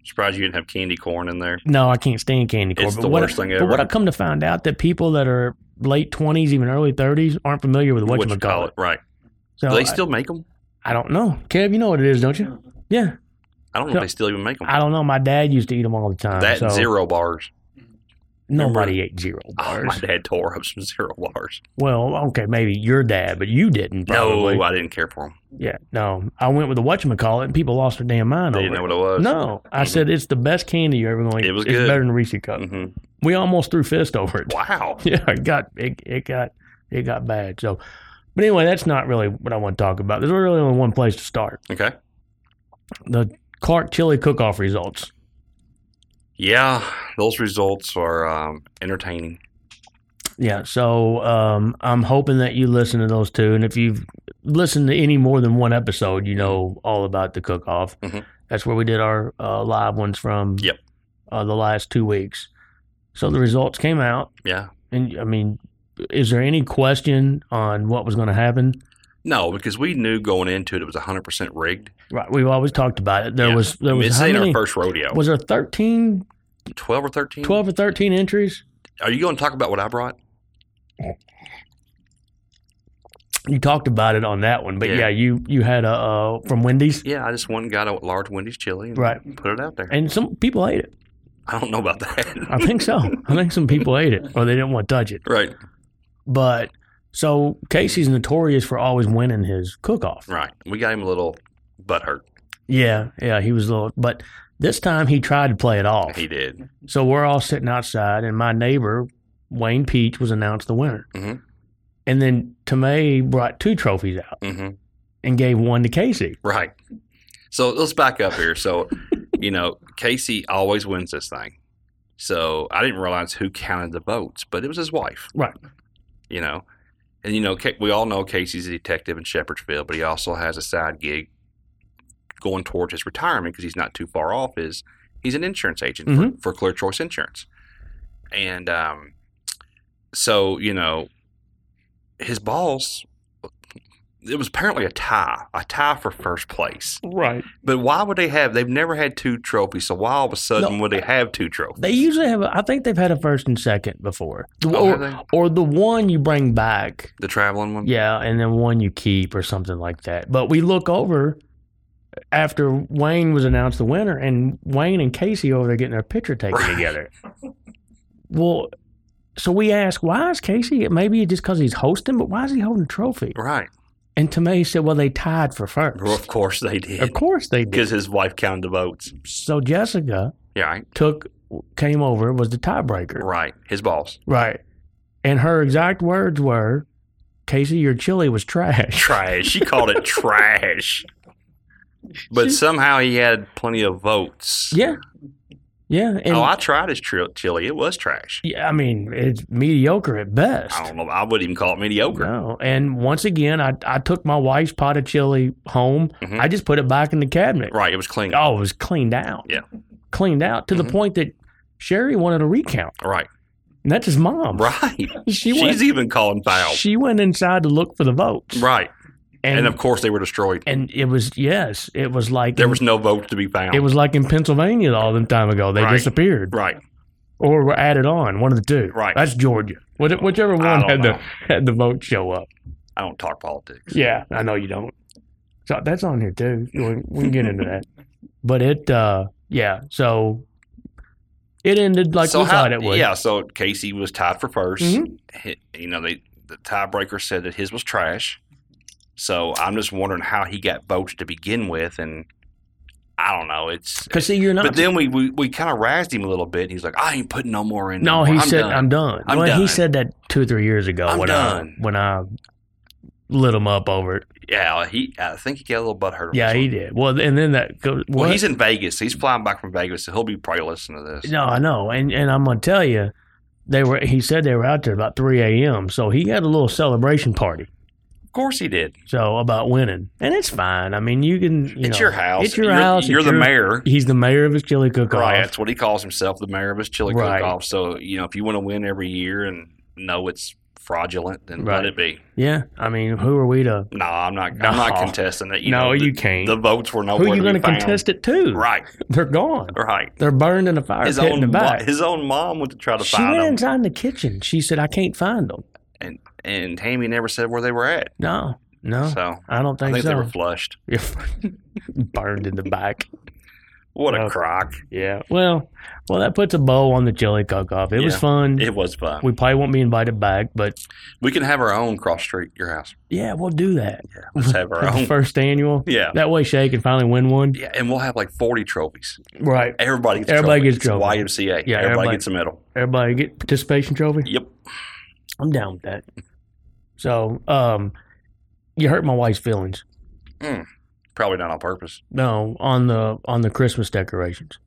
Speaker 1: Surprised you didn't have candy corn in there.
Speaker 2: No, I can't stand candy corn.
Speaker 1: It's
Speaker 2: but
Speaker 1: the
Speaker 2: what I-
Speaker 1: worst thing
Speaker 2: But what I
Speaker 1: ever.
Speaker 2: come to find out that people that are late twenties, even early thirties, aren't familiar with
Speaker 1: What you call
Speaker 2: Whatchamacallit.
Speaker 1: it? Right.
Speaker 2: So
Speaker 1: Do
Speaker 2: I-
Speaker 1: they still make them?
Speaker 2: I, don't know. Kev, you know what it is, don't
Speaker 1: Mm-hmm.
Speaker 2: you? Yeah,
Speaker 1: I don't know
Speaker 2: No.
Speaker 1: if they still even make them.
Speaker 2: I don't know. My dad used to eat them all the time.
Speaker 1: that
Speaker 2: so
Speaker 1: and zero bars.
Speaker 2: Nobody ate zero
Speaker 1: Oh,
Speaker 2: *laughs* bars.
Speaker 1: my dad tore up some zero bars.
Speaker 2: well, okay, maybe your dad, but you didn't. Probably.
Speaker 1: No, uh, I didn't care for them.
Speaker 2: Yeah, no. I went with the whatchamacallit, and people lost their damn mind
Speaker 1: They
Speaker 2: over
Speaker 1: didn't know
Speaker 2: it.
Speaker 1: what it was.
Speaker 2: No, I
Speaker 1: Mhm.
Speaker 2: said it's the best candy you're ever going to eat.
Speaker 1: It was
Speaker 2: it's
Speaker 1: good.
Speaker 2: better than Reese cup.
Speaker 1: hmm
Speaker 2: We almost threw fist over it.
Speaker 1: Wow.
Speaker 2: *laughs* Yeah, it got it, it got it got bad. So, but anyway, that's not really what I want to talk about. There's really only one place to start:
Speaker 1: Okay.
Speaker 2: the Clark Chili Cook-Off results.
Speaker 1: Yeah, those results are um, entertaining.
Speaker 2: Yeah, so um, I'm hoping that you listen to those two, and if you've listened to any more than one episode, you know all about the cook off.
Speaker 1: Mhm.
Speaker 2: That's where we did our uh, live ones from.
Speaker 1: Yep.
Speaker 2: Uh, the last two weeks, so the results came out,
Speaker 1: Yeah.
Speaker 2: and I mean, is there any question on what was going to happen?
Speaker 1: No, because we knew going into it, it was 100% rigged.
Speaker 2: Right, we've always talked about it. There
Speaker 1: Yeah.
Speaker 2: was there was
Speaker 1: This
Speaker 2: how
Speaker 1: ain't
Speaker 2: many?
Speaker 1: our first rodeo.
Speaker 2: Was there 13,
Speaker 1: 12 or 13?
Speaker 2: 12 or thirteen entries?
Speaker 1: Are you going to talk about what I brought?
Speaker 2: You talked about it on that one, but yeah,
Speaker 1: Yeah.
Speaker 2: you you had a uh, from Wendy's,
Speaker 1: Yeah, I just went and got a large Wendy's chili and
Speaker 2: Right.
Speaker 1: put it out there.
Speaker 2: and some people ate it.
Speaker 1: I don't know about that. *laughs*
Speaker 2: I think so. I think some people ate it or they didn't want to touch it.
Speaker 1: right.
Speaker 2: But so Casey's notorious for always winning his cook off.
Speaker 1: Right. We got him a little butt hurt.
Speaker 2: Yeah, yeah, he was a little, but this time he tried to play it off.
Speaker 1: He did.
Speaker 2: So we're all sitting outside, and my neighbor, Wayne Peach, was announced the winner.
Speaker 1: Mhm.
Speaker 2: And then Tomei brought two trophies out
Speaker 1: hmm
Speaker 2: and gave one to Casey.
Speaker 1: Right. So let's back up here. So, you know, Casey always wins this thing. So I didn't realize who counted the votes, but it was his wife.
Speaker 2: Right.
Speaker 1: You know, and, you know, Ca- we all know Casey's a detective in Shepherdsville, but he also has a side gig going towards his retirement because he's not too far off. Is he's an insurance agent for, for Clear Choice Insurance. And um, so, you know, his boss, it was apparently a tie, a tie for first place.
Speaker 2: Right.
Speaker 1: But why would they have? They've never had two trophies, so why all of a sudden
Speaker 2: No. uh,
Speaker 1: would they have two trophies?
Speaker 2: They usually have, a, I think they've had a first and second before.
Speaker 1: Oh, have they?
Speaker 2: Or, or the one you bring back
Speaker 1: the traveling one,
Speaker 2: Yeah, and then one you keep or something like that. But we look over after Wayne was announced the winner, and Wayne and Casey over there getting their picture taken together. Well, so we ask, why is Casey? Maybe it's just because he's hosting, but why is he holding a trophy?
Speaker 1: right?
Speaker 2: And Tomei said, well, they tied for first.
Speaker 1: Well, of course they
Speaker 2: Of
Speaker 1: did,
Speaker 2: course they did.
Speaker 1: because his wife counted the votes.
Speaker 2: So Jessica
Speaker 1: Yeah, right.
Speaker 2: took came over was the tiebreaker,
Speaker 1: right. His boss,
Speaker 2: right? And her exact words were, "Casey, your chili was trash."
Speaker 1: trash. She called it
Speaker 2: *laughs*
Speaker 1: trash, but somehow he had plenty of votes.
Speaker 2: Yeah, yeah. And
Speaker 1: oh, I tried his tri- chili. It was trash.
Speaker 2: Yeah, I mean, it's mediocre at best.
Speaker 1: I don't know. I wouldn't even call it mediocre.
Speaker 2: No. And once again, I, I took my wife's pot of chili home.
Speaker 1: Mhm.
Speaker 2: I just put it back in the cabinet.
Speaker 1: Right. It was clean.
Speaker 2: Oh, it was cleaned out.
Speaker 1: Yeah.
Speaker 2: Cleaned out to
Speaker 1: Mhm.
Speaker 2: the point that Sherry wanted a recount.
Speaker 1: Right. *laughs*
Speaker 2: And that's his mom.
Speaker 1: Right.
Speaker 2: She
Speaker 1: She's
Speaker 2: went,
Speaker 1: even calling foul.
Speaker 2: she went inside to look for the votes.
Speaker 1: right. And,
Speaker 2: And,
Speaker 1: of course they were destroyed.
Speaker 2: and it was, yes, it was like,
Speaker 1: there was no votes to be found.
Speaker 2: it was like in Pennsylvania all them time ago. They
Speaker 1: Right.
Speaker 2: disappeared
Speaker 1: right.
Speaker 2: or were added on, one of the two.
Speaker 1: Right.
Speaker 2: That's Georgia. Which- Whichever
Speaker 1: I
Speaker 2: one
Speaker 1: don't
Speaker 2: had
Speaker 1: know.
Speaker 2: the, had the vote show up.
Speaker 1: I don't talk politics.
Speaker 2: Yeah, I know you don't. So that's on here too. We, we can get
Speaker 1: *laughs*
Speaker 2: into that. But it, uh yeah. So it ended like we thought it would.
Speaker 1: Yeah, so Casey was tied for 1st
Speaker 2: Mhm.
Speaker 1: Hi- You know, they, the tiebreaker said that his was trash. So I'm just wondering how he got votes to begin with, and I don't know. It's
Speaker 2: Because see, you're not.
Speaker 1: but then we we, we kind of razzed him a little bit. and He's like, I ain't putting no more in.
Speaker 2: no,
Speaker 1: more.
Speaker 2: he
Speaker 1: I'm
Speaker 2: said um,
Speaker 1: done."
Speaker 2: I'm done.
Speaker 1: I'm
Speaker 2: well, he
Speaker 1: done.
Speaker 2: said that two or three years ago
Speaker 1: I'm
Speaker 2: when
Speaker 1: done.
Speaker 2: I when I lit him up over it.
Speaker 1: Yeah, he. I think he got a little butthurt. over
Speaker 2: Yeah,
Speaker 1: this
Speaker 2: he
Speaker 1: one.
Speaker 2: did. Well, and then that goes.
Speaker 1: Well,
Speaker 2: what?
Speaker 1: he's in Vegas. He's flying back from Vegas, so he'll be probably listening to this.
Speaker 2: no, I know, and and I'm gonna tell you, they were. He said they were out there about 3 a.m. So he had a little celebration party.
Speaker 1: Of course, he did.
Speaker 2: So about winning, and it's fine. I mean, you can. You
Speaker 1: it's
Speaker 2: know,
Speaker 1: your house.
Speaker 2: It's your
Speaker 1: You're-
Speaker 2: house.
Speaker 1: You're
Speaker 2: it's
Speaker 1: the
Speaker 2: your-
Speaker 1: mayor.
Speaker 2: He's the mayor of his chili cook-off.
Speaker 1: Right, that's what he calls himself, the mayor of his chili
Speaker 2: Right.
Speaker 1: cook-off. So you know, if you want to win every year and know it's fraudulent, then
Speaker 2: Right.
Speaker 1: let it be.
Speaker 2: Yeah, I mean, who are we to?
Speaker 1: No, I'm not.
Speaker 2: No.
Speaker 1: I'm not contesting it. You
Speaker 2: no,
Speaker 1: know, the,
Speaker 2: you can't.
Speaker 1: The votes were nowhere.
Speaker 2: who are you
Speaker 1: going to be found.
Speaker 2: contest it to?
Speaker 1: Right,
Speaker 2: They're gone.
Speaker 1: right.
Speaker 2: They're burned in a fire
Speaker 1: His
Speaker 2: pit in
Speaker 1: own
Speaker 2: the
Speaker 1: mo-
Speaker 2: back.
Speaker 1: his own mom went to try to
Speaker 2: she
Speaker 1: find
Speaker 2: went
Speaker 1: him,
Speaker 2: inside in the kitchen. She said, "I can't find them."
Speaker 1: and Tammy never said where they were at.
Speaker 2: No, no,
Speaker 1: So
Speaker 2: I don't
Speaker 1: I
Speaker 2: Oh,
Speaker 1: think
Speaker 2: think,
Speaker 1: they
Speaker 2: so. *laughs*
Speaker 1: were flushed.
Speaker 2: burned in the back.
Speaker 1: What a
Speaker 2: Okay.
Speaker 1: crock.
Speaker 2: Yeah. Well, well, that puts a bow on the jelly cook off. It was
Speaker 1: Yeah.
Speaker 2: fun.
Speaker 1: It was fun.
Speaker 2: we probably won't be invited back, but
Speaker 1: We can have our own cross street, your house.
Speaker 2: yeah, we'll do that.
Speaker 1: Yeah, let's have
Speaker 2: *laughs*
Speaker 1: our own.
Speaker 2: First annual.
Speaker 1: Yeah.
Speaker 2: That way, Shay can finally win one.
Speaker 1: Yeah, and we'll have like 40 trophies.
Speaker 2: Right.
Speaker 1: Everybody gets a
Speaker 2: Everybody
Speaker 1: trophy.
Speaker 2: gets
Speaker 1: It's
Speaker 2: trophy.
Speaker 1: YMCA.
Speaker 2: Yeah,
Speaker 1: everybody,
Speaker 2: everybody-
Speaker 1: gets a medal.
Speaker 2: Everybody get participation trophy.
Speaker 1: Yep.
Speaker 2: I'm down with that. So, um, you hurt my wife's feelings.
Speaker 1: Probably not on purpose.
Speaker 2: No, on the on the Christmas decorations.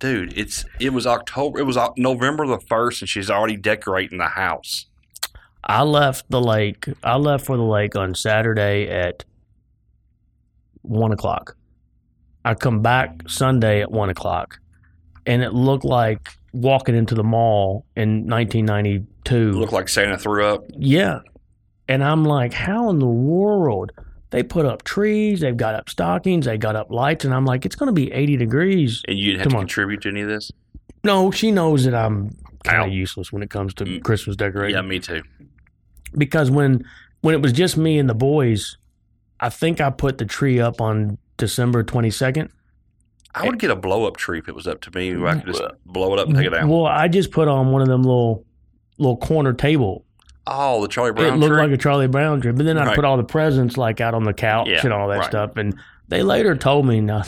Speaker 1: Dude, it's it was October. It was Oc- November the 1st, and she's already decorating the house.
Speaker 2: I left the lake. I left for the lake on Saturday at one o'clock. I come back Sunday at one o'clock, and it looked like walking into the mall in 1992.
Speaker 1: Looked like Santa threw up.
Speaker 2: Yeah. And I'm like, how in the world? They put up trees, they've got up stockings, they got up lights, and I'm like, it's going to be 80 degrees.
Speaker 1: And you didn't have
Speaker 2: Come
Speaker 1: to
Speaker 2: on.
Speaker 1: contribute to any of this?
Speaker 2: No, she knows that I'm kind
Speaker 1: Ow.
Speaker 2: of useless when it comes to
Speaker 1: Mm.
Speaker 2: Christmas decorating.
Speaker 1: Yeah, me too.
Speaker 2: Because when when it was just me and the boys, I think I put the tree up on December 22nd.
Speaker 1: I would get a blow up tree if it was up to me. where I could just blow it up and take it down.
Speaker 2: Well, I just put on one of them little little corner table.
Speaker 1: Oh, the Charlie
Speaker 2: it
Speaker 1: Brown
Speaker 2: looked
Speaker 1: tree.
Speaker 2: like a Charlie Brown tree, but then I
Speaker 1: Right.
Speaker 2: put all the presents like out on the couch
Speaker 1: Yeah,
Speaker 2: and all that
Speaker 1: right.
Speaker 2: stuff. And they later told me now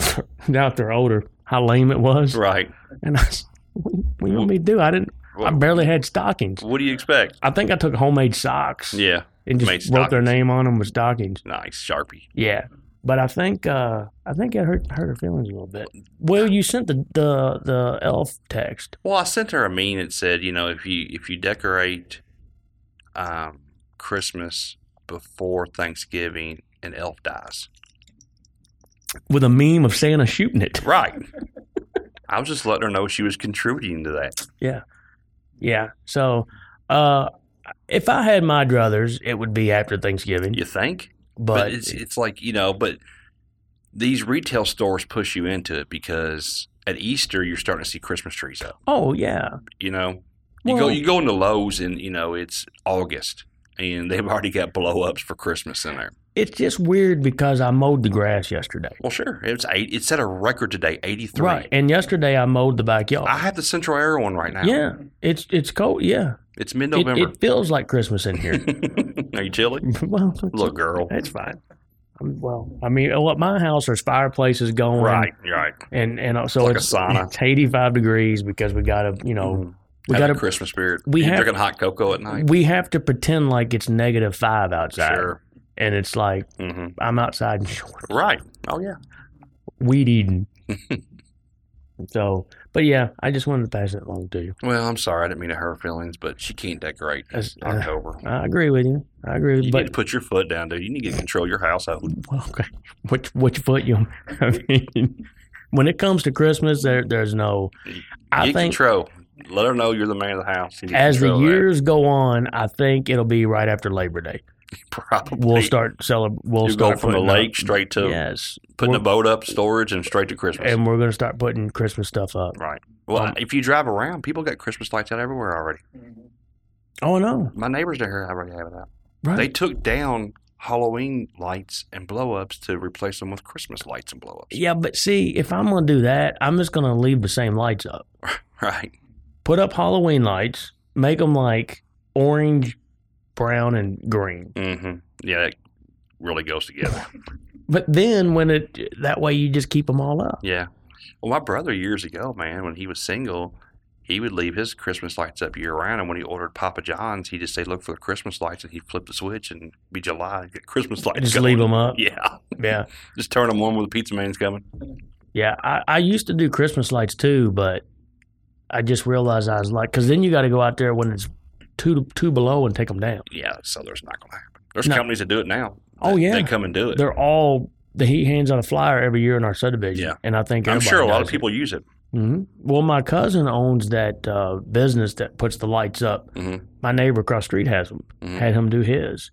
Speaker 2: now that they're *laughs* older how lame it was.
Speaker 1: right.
Speaker 2: And I, s- what do you want me to do? I didn't. I
Speaker 1: Well,
Speaker 2: barely had stockings.
Speaker 1: what do you expect?
Speaker 2: I think I took homemade socks
Speaker 1: Yeah,
Speaker 2: and
Speaker 1: made
Speaker 2: just wrote their
Speaker 1: stockings.
Speaker 2: name on them with stockings.
Speaker 1: nice Sharpie.
Speaker 2: Yeah, but I think uh, I think it hurt hurt her feelings a little bit. Well, you sent the the, the elf text.
Speaker 1: Well, I sent her a meme and said, you know, if you if you decorate um, Christmas before Thanksgiving, an elf dies.
Speaker 2: With a meme of Santa shooting it. *laughs*
Speaker 1: Right. I was just letting her know she was contributing to that.
Speaker 2: Yeah. So, uh, if I had my druthers, it would be after Thanksgiving.
Speaker 1: You think?
Speaker 2: but
Speaker 1: But, it's it's like you know, but these retail stores push you into it because at Easter you're starting to see Christmas trees up.
Speaker 2: oh yeah,
Speaker 1: You know, you go
Speaker 2: Well-
Speaker 1: you go into Lowe's and you know it's August and they've already got blow ups for Christmas in there.
Speaker 2: it's just weird because I mowed the grass yesterday.
Speaker 1: Well, sure. It's eight. It set a record today, eighty three.
Speaker 2: And yesterday I mowed the backyard.
Speaker 1: I have the Central Air one right now.
Speaker 2: yeah. It's it's cold. Yeah.
Speaker 1: It's mid
Speaker 2: It,
Speaker 1: November.
Speaker 2: it feels like Christmas in here.
Speaker 1: *laughs*
Speaker 2: *laughs*
Speaker 1: Are you chilly?
Speaker 2: well, it's,
Speaker 1: Little
Speaker 2: *laughs*
Speaker 1: girl.
Speaker 2: it's fine. I'm, Um, well, I mean, at my house, there's fireplaces going,
Speaker 1: Right, right.
Speaker 2: And and so
Speaker 1: Like a
Speaker 2: it's,
Speaker 1: sauna. Mm-hmm.
Speaker 2: it's 85 degrees because we got to, you know, we
Speaker 1: Have
Speaker 2: got
Speaker 1: the
Speaker 2: to
Speaker 1: Christmas spirit.
Speaker 2: we
Speaker 1: you
Speaker 2: have-
Speaker 1: drinking hot cocoa at night.
Speaker 2: we have to pretend like it's negative five outside,
Speaker 1: Sure.
Speaker 2: and it's like
Speaker 1: hmm
Speaker 2: I'm outside in shorts.
Speaker 1: Right. Oh yeah.
Speaker 2: *laughs* weed
Speaker 1: *laughs*
Speaker 2: eating. so, but yeah, I just wanted to pass it along to you.
Speaker 1: Well, I'm sorry. I didn't mean to hurt her feelings, but she can't decorate in
Speaker 2: As- uh,
Speaker 1: October.
Speaker 2: I agree with you. I agree.
Speaker 1: you
Speaker 2: With,
Speaker 1: need
Speaker 2: but
Speaker 1: to put your foot down, dude. You need to control your household.
Speaker 2: *laughs* well, okay, which which foot you? *laughs* I mean, when it comes to Christmas, there there's no. I
Speaker 1: Get
Speaker 2: think
Speaker 1: control. Let her know you're the man of the house. You need to
Speaker 2: as the
Speaker 1: control that.
Speaker 2: years go on, I think it'll be right after Labor Day.
Speaker 1: *laughs* probably
Speaker 2: We'll start celebrating. We'll
Speaker 1: You
Speaker 2: start
Speaker 1: go from the
Speaker 2: putting up-
Speaker 1: lake straight to
Speaker 2: yes,
Speaker 1: putting
Speaker 2: we're-
Speaker 1: the boat up, storage, and straight to Christmas.
Speaker 2: and we're gonna start putting Christmas stuff up.
Speaker 1: Right. Well,
Speaker 2: Um,
Speaker 1: if you drive around, people got Christmas lights out everywhere already.
Speaker 2: Oh no!
Speaker 1: My neighbors down here already have it out.
Speaker 2: Right?
Speaker 1: They took down Halloween lights and blow ups to replace them with Christmas lights and blow ups.
Speaker 2: yeah, but see, if I'm gonna do that, I'm just gonna leave the same lights up.
Speaker 1: Right.
Speaker 2: put up Halloween lights, make them like orange, brown, and green.
Speaker 1: Mm-hmm. Yeah, that really goes together.
Speaker 2: But then when it that way you just keep them all up.
Speaker 1: yeah. Well, my brother years ago, man, when he was single, he would leave his Christmas lights up year round. And when he ordered Papa John's, he'd just say, look for the Christmas lights. And he'd flip the switch and be July, get Christmas lights.
Speaker 2: Just
Speaker 1: going.
Speaker 2: leave them up.
Speaker 1: *laughs* Yeah.
Speaker 2: Yeah,
Speaker 1: Just turn them on when the pizza man's coming.
Speaker 2: yeah. I, I used to do Christmas lights too, but I just realized I was like, because then you got to go out there when it's two two below and take them down.
Speaker 1: Yeah. So there's not going to happen. There's
Speaker 2: No.
Speaker 1: companies that do it now.
Speaker 2: Oh,
Speaker 1: They-
Speaker 2: yeah.
Speaker 1: They come and do it.
Speaker 2: They're all the heat hands on a flyer every year in our subdivision.
Speaker 1: Yeah.
Speaker 2: and I think
Speaker 1: I'm
Speaker 2: everybody
Speaker 1: sure a lot of
Speaker 2: does it.
Speaker 1: people use it.
Speaker 2: hmm Well, my cousin owns that uh, business that puts the lights up.
Speaker 1: Mhm.
Speaker 2: My neighbor across the street has them.
Speaker 1: Mhm.
Speaker 2: Had him do his,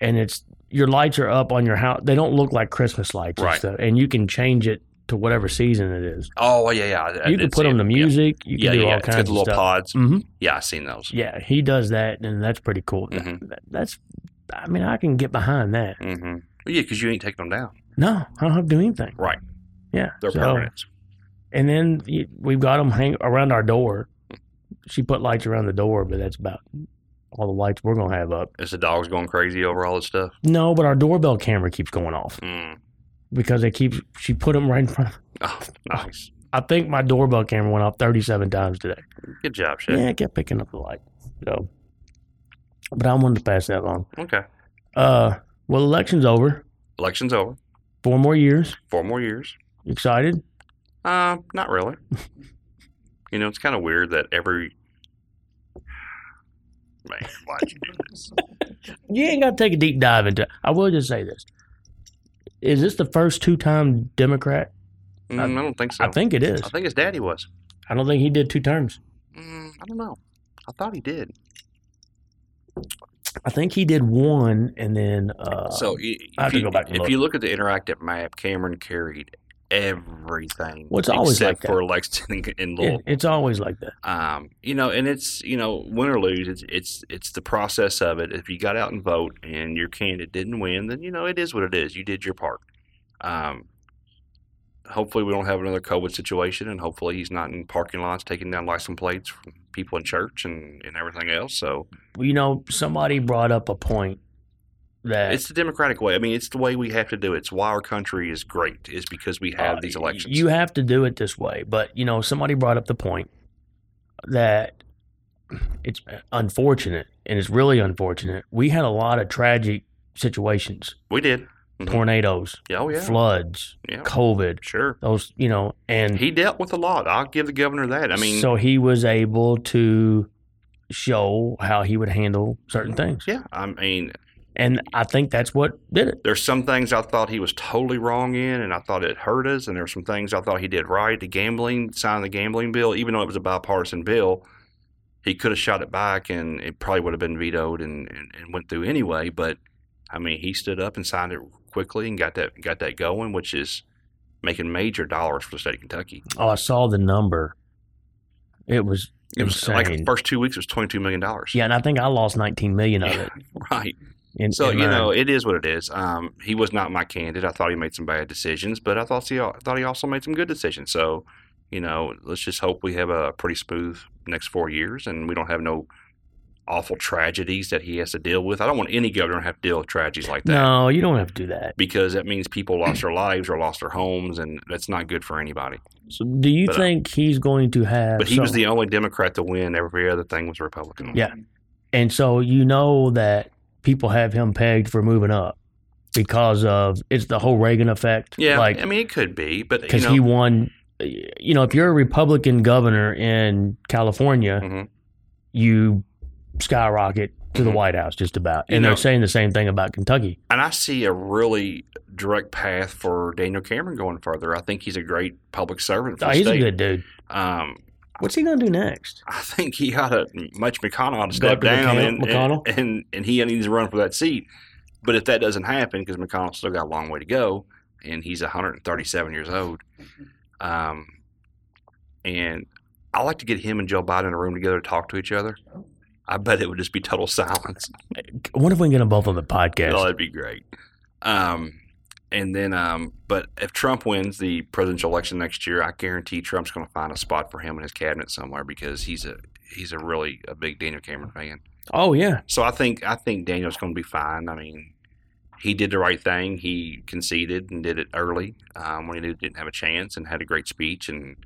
Speaker 2: and it's your lights are up on your house. They don't look like Christmas lights, and
Speaker 1: Right.
Speaker 2: stuff, and you can change it to whatever season it is.
Speaker 1: Oh yeah, yeah. I- I
Speaker 2: You can
Speaker 1: did
Speaker 2: put
Speaker 1: see
Speaker 2: on
Speaker 1: it.
Speaker 2: the music. You can
Speaker 1: Yeah, yeah,
Speaker 2: do
Speaker 1: yeah.
Speaker 2: all
Speaker 1: It's
Speaker 2: kinds
Speaker 1: got the
Speaker 2: of
Speaker 1: little
Speaker 2: stuff.
Speaker 1: pods.
Speaker 2: hmm
Speaker 1: Yeah, I seen those.
Speaker 2: Yeah, he does that, and that's pretty cool. That-
Speaker 1: Mhm.
Speaker 2: that- that's, I mean, I can get behind that.
Speaker 1: Mm-hmm. Yeah, because you ain't taking them down.
Speaker 2: No, I don't have to do anything.
Speaker 1: Right.
Speaker 2: Yeah.
Speaker 1: They're
Speaker 2: so-
Speaker 1: permanent.
Speaker 2: And then you- we've got them hang around our door. She put lights around the door, but that's about all the lights we're gonna have up.
Speaker 1: Is the dogs going crazy over all this stuff?
Speaker 2: No, but our doorbell camera keeps going off
Speaker 1: Mm.
Speaker 2: because they keep. She put them right in front. Of,
Speaker 1: Oh, nice.
Speaker 2: I think my doorbell camera went off 37 times today.
Speaker 1: Good job, Chef.
Speaker 2: Yeah, I kept picking up the light. So, but I wanted to pass that along.
Speaker 1: Okay.
Speaker 2: Uh, well, election's over.
Speaker 1: Election's over.
Speaker 2: Four more years.
Speaker 1: Four more years.
Speaker 2: Excited?
Speaker 1: Uh, not really. you know, it's kind of weird that every. Man, why'd you do this?
Speaker 2: You ain't got to take a deep dive into. I will just say this: Is this the first two-time Democrat?
Speaker 1: Mm, I don't think so.
Speaker 2: *laughs* I think it is.
Speaker 1: I think his daddy was.
Speaker 2: I don't think he did two terms.
Speaker 1: Mm, I don't know. I thought he did.
Speaker 2: I think he did one, and then uh,
Speaker 1: so i-
Speaker 2: I have
Speaker 1: if,
Speaker 2: to
Speaker 1: you,
Speaker 2: go back and
Speaker 1: if
Speaker 2: look.
Speaker 1: you look at the interactive map, Cameron carried everything.
Speaker 2: Well, it's always
Speaker 1: except
Speaker 2: like that.
Speaker 1: for Lexington and
Speaker 2: it-
Speaker 1: Lowell.
Speaker 2: it's always like that.
Speaker 1: um, you know, and it's you know, win or lose, it's it's it's the process of it. If you got out and vote and your candidate didn't win, then you know it is what it is. You did your part. Um, hopefully, we don't have another COVID situation, and hopefully, he's not in parking lots taking down license plates from people in church and and everything else. So
Speaker 2: You know, somebody brought up a point that
Speaker 1: it's the democratic way. I mean, it's the way we have to do it. It's why our country is great is because we have
Speaker 2: uh,
Speaker 1: these elections.
Speaker 2: You have to do it this way, but you know, somebody brought up the point that it's unfortunate, and it's really unfortunate. We had a lot of tragic situations:
Speaker 1: we did. Mhm.
Speaker 2: tornadoes,
Speaker 1: Yeah, Oh yeah,
Speaker 2: floods,
Speaker 1: yeah,
Speaker 2: COVID.
Speaker 1: sure.
Speaker 2: Those, you know, and
Speaker 1: He dealt with a lot. I'll give the governor that. I mean,
Speaker 2: so he was able to show how he would handle certain things.
Speaker 1: yeah, I mean,
Speaker 2: And I think that's what did it.
Speaker 1: There's some things I thought he was totally wrong in, and I thought it hurt us. And there were some things I thought he did right. The gambling, signing the gambling bill, even though it was a bipartisan bill, he could have shot it back, and it probably would have been vetoed and, and, and went through anyway. But I mean, he stood up and signed it quickly and got that got that going, which is making major dollars for the state of Kentucky.
Speaker 2: Oh, I saw the number. It was
Speaker 1: It was like the
Speaker 2: Insane.
Speaker 1: first two weeks it was twenty two million dollars.
Speaker 2: yeah, and I think I lost 19 million of it.
Speaker 1: *laughs* right.
Speaker 2: in-
Speaker 1: So
Speaker 2: in
Speaker 1: you
Speaker 2: mine.
Speaker 1: know, it is what it is. Um, he was not my candidate. I thought he made some bad decisions, but I thought he I thought he also made some good decisions. So you know, let's just hope we have a pretty smooth next four years, and we don't have no awful tragedies that he has to deal with. I don't want any governor to have to deal with tragedies like that
Speaker 2: no, you don't have to do that.
Speaker 1: because that means people lost their lives or lost their homes, and that's not good for anybody.
Speaker 2: So do you
Speaker 1: But, uh,
Speaker 2: think he's going to have?
Speaker 1: But he was
Speaker 2: some-
Speaker 1: the only Democrat to win. Every other thing was Republican.
Speaker 2: Yeah. and so you know that people have him pegged for moving up because of it's the whole Reagan effect.
Speaker 1: Yeah,
Speaker 2: like
Speaker 1: I mean, it could be, but you
Speaker 2: because
Speaker 1: know,
Speaker 2: he won. You know, if you're a Republican governor in California,
Speaker 1: Mhm.
Speaker 2: you skyrocket to the
Speaker 1: Mhm.
Speaker 2: White House just about.
Speaker 1: You
Speaker 2: And
Speaker 1: know-
Speaker 2: they're saying the same thing about Kentucky.
Speaker 1: And I see a really direct path for Daniel Cameron going further. I think he's a great public servant for
Speaker 2: Oh,
Speaker 1: the
Speaker 2: he's a
Speaker 1: state.
Speaker 2: good dude.
Speaker 1: um,
Speaker 2: What's he going to do next?
Speaker 1: I think he ought to, Mitch McConnell ought to
Speaker 2: Go
Speaker 1: step
Speaker 2: after
Speaker 1: down
Speaker 2: McConnell-
Speaker 1: and,
Speaker 2: McConnell?
Speaker 1: And, and, and he needs to run for that seat. But if that doesn't happen, because McConnell's still got a long way to go, and he's 137 years old, um, and I like to get him and Joe Biden in a room together to talk to each other. I bet it would just be total *laughs* silence.
Speaker 2: I wonder if we can get them both on the podcast.
Speaker 1: Oh, that'd be great. Um, and then, um, but if Trump wins the presidential election next year, I guarantee Trump's going to find a spot for him in his cabinet somewhere because he's a he's a really a big Daniel Cameron fan.
Speaker 2: oh, yeah.
Speaker 1: So I think I think Daniel's going to be fine. I mean, he did the right thing. He conceded and did it early um, when he knew he didn't have a chance, and had a great speech. And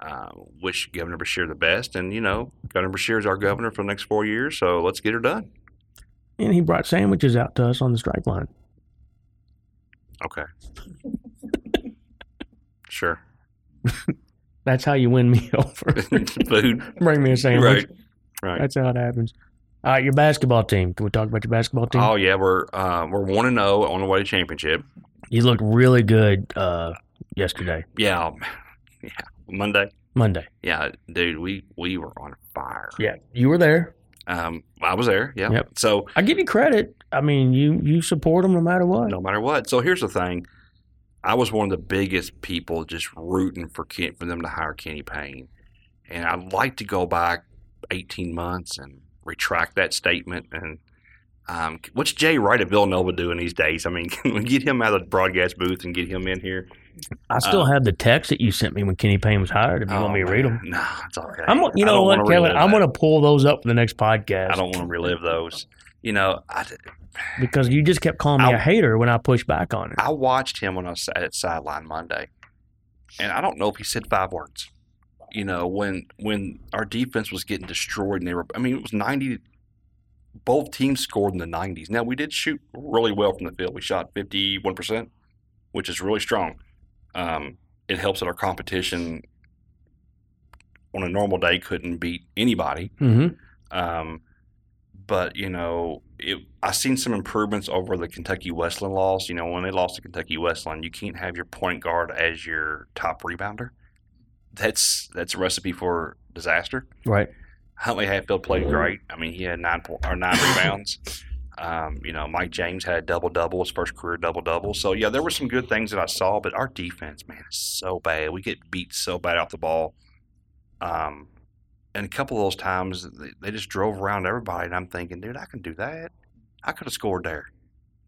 Speaker 1: uh, wish Governor Bashir the best. And you know, Governor Bashir is our governor for the next four years, so let's get her done.
Speaker 2: And he brought sandwiches out to us on the strike line.
Speaker 1: Okay. Sure. *laughs*
Speaker 2: That's how you win *laughs* me over.
Speaker 1: food.
Speaker 2: Bring me a sandwich.
Speaker 1: Right. Right.
Speaker 2: That's how it happens. All right, your basketball team. Can we talk about your basketball team?
Speaker 1: Oh yeah, we're uh, we're one and zero on the way to championship.
Speaker 2: You looked really good uh, yesterday,
Speaker 1: Yeah, um, yeah. Monday.
Speaker 2: Monday.
Speaker 1: Yeah, dude, we we were on fire.
Speaker 2: Yeah, you were there.
Speaker 1: Um, I was there. Yeah.
Speaker 2: Yep.
Speaker 1: So
Speaker 2: I give you credit. I mean, you you support them no matter what.
Speaker 1: no matter what. So here's the thing. I was one of the biggest people just rooting for Ken, for them to hire Kenny Payne, and I'd like to go back 18 months and retract that statement and Um, what's Jay Wright at Villanova doing these days? I mean, *laughs* can we get him out of the broadcast booth and get him in here?
Speaker 2: I still
Speaker 1: Uh,
Speaker 2: have the text that you sent me when Kenny Payne was hired. If you want me to read them,
Speaker 1: No, it's okay.
Speaker 2: I'm. You
Speaker 1: Oh, I
Speaker 2: know
Speaker 1: don't
Speaker 2: what,
Speaker 1: wanna
Speaker 2: Kevin?
Speaker 1: relive
Speaker 2: I'm
Speaker 1: that.
Speaker 2: going to pull those up for the next podcast
Speaker 1: I don't want to relive those. You know, I,
Speaker 2: because you just kept calling me
Speaker 1: I'll-
Speaker 2: a hater when I pushed back on it.
Speaker 1: I watched him when I was at sideline Monday, and I don't know if he said five words. You know, when when our defense was getting destroyed, and they were. I mean, it was ninety. Both teams scored in the nineties. Now we did shoot really well from the field. We shot fifty one percent, which is really strong. Um, it helps that our competition on a normal day couldn't beat anybody.
Speaker 2: hmm
Speaker 1: Um, but you know, it, I've seen some improvements over the Kentucky Wesleyan loss. You know, when they lost to Kentucky Wesleyan, you can't have your point guard as your top rebounder. That's that's a recipe for disaster.
Speaker 2: Right.
Speaker 1: Huntley Hatfield played great. I mean, he had nine po- or nine rebounds. Um, you know, Mike James had a double double, his first career double double. So yeah, there were some good things that I saw, but our defense, man, is so bad. We get beat so bad off the ball. Um, and a couple of those times, they, they just drove around everybody, and I'm thinking, dude, I can do that. I could have scored there.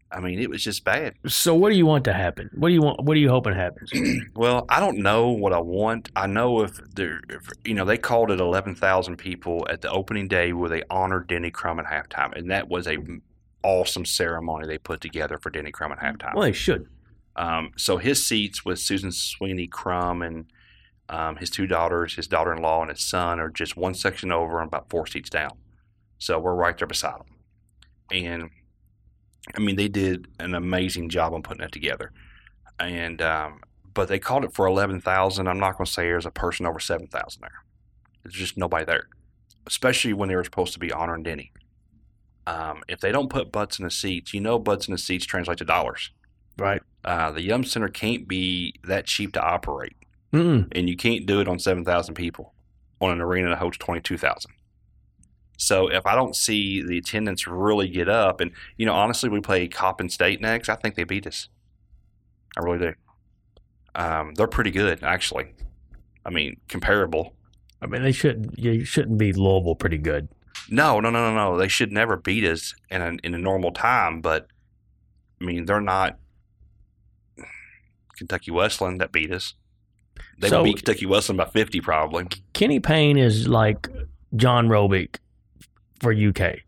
Speaker 1: I mean, it was just bad.
Speaker 2: So what do you want to happen? What do you want? What are you hoping happens?
Speaker 1: Well, I don't know what I want. I know if there, if, you know, they called it 11,000 people at the opening day where they honored Denny Crum at halftime, and that was a awesome ceremony they put together for Denny Crum at halftime.
Speaker 2: well, they should.
Speaker 1: Um, so his seats with Susan Sweeney Crum and um, his two daughters, his daughter-in-law and his son, are just one section over and about four seats down. So we're right there beside them. And I mean, they did an amazing job on putting that together. And um, but they called it for eleven thousand. I'm not going to say there's a person over seven thousand there. There's just nobody there, especially when they were supposed to be honoring Denny. Um, if they don't put butts in the seats, you know, butts in the seats translate to dollars
Speaker 2: Right.
Speaker 1: uh, the Yum Center can't be that cheap to operate,
Speaker 2: Mm-mm.
Speaker 1: and you can't do it on seven thousand people on an arena that holds twenty two thousand. So if I don't see the attendance really get up, and you know, honestly, we play Coppin State next. I think they beat us. I really do. Um, they're pretty good, actually. I mean, comparable.
Speaker 2: I mean, they shouldn't. You shouldn't be Louisville pretty good.
Speaker 1: No, no, no, no, no. They should never beat us in a, in a normal time, but I mean, they're not Kentucky Wesleyan that beat us. They
Speaker 2: So-
Speaker 1: would beat Kentucky Wesleyan by 50 probably.
Speaker 2: Kenny Payne is like John Robick for UK.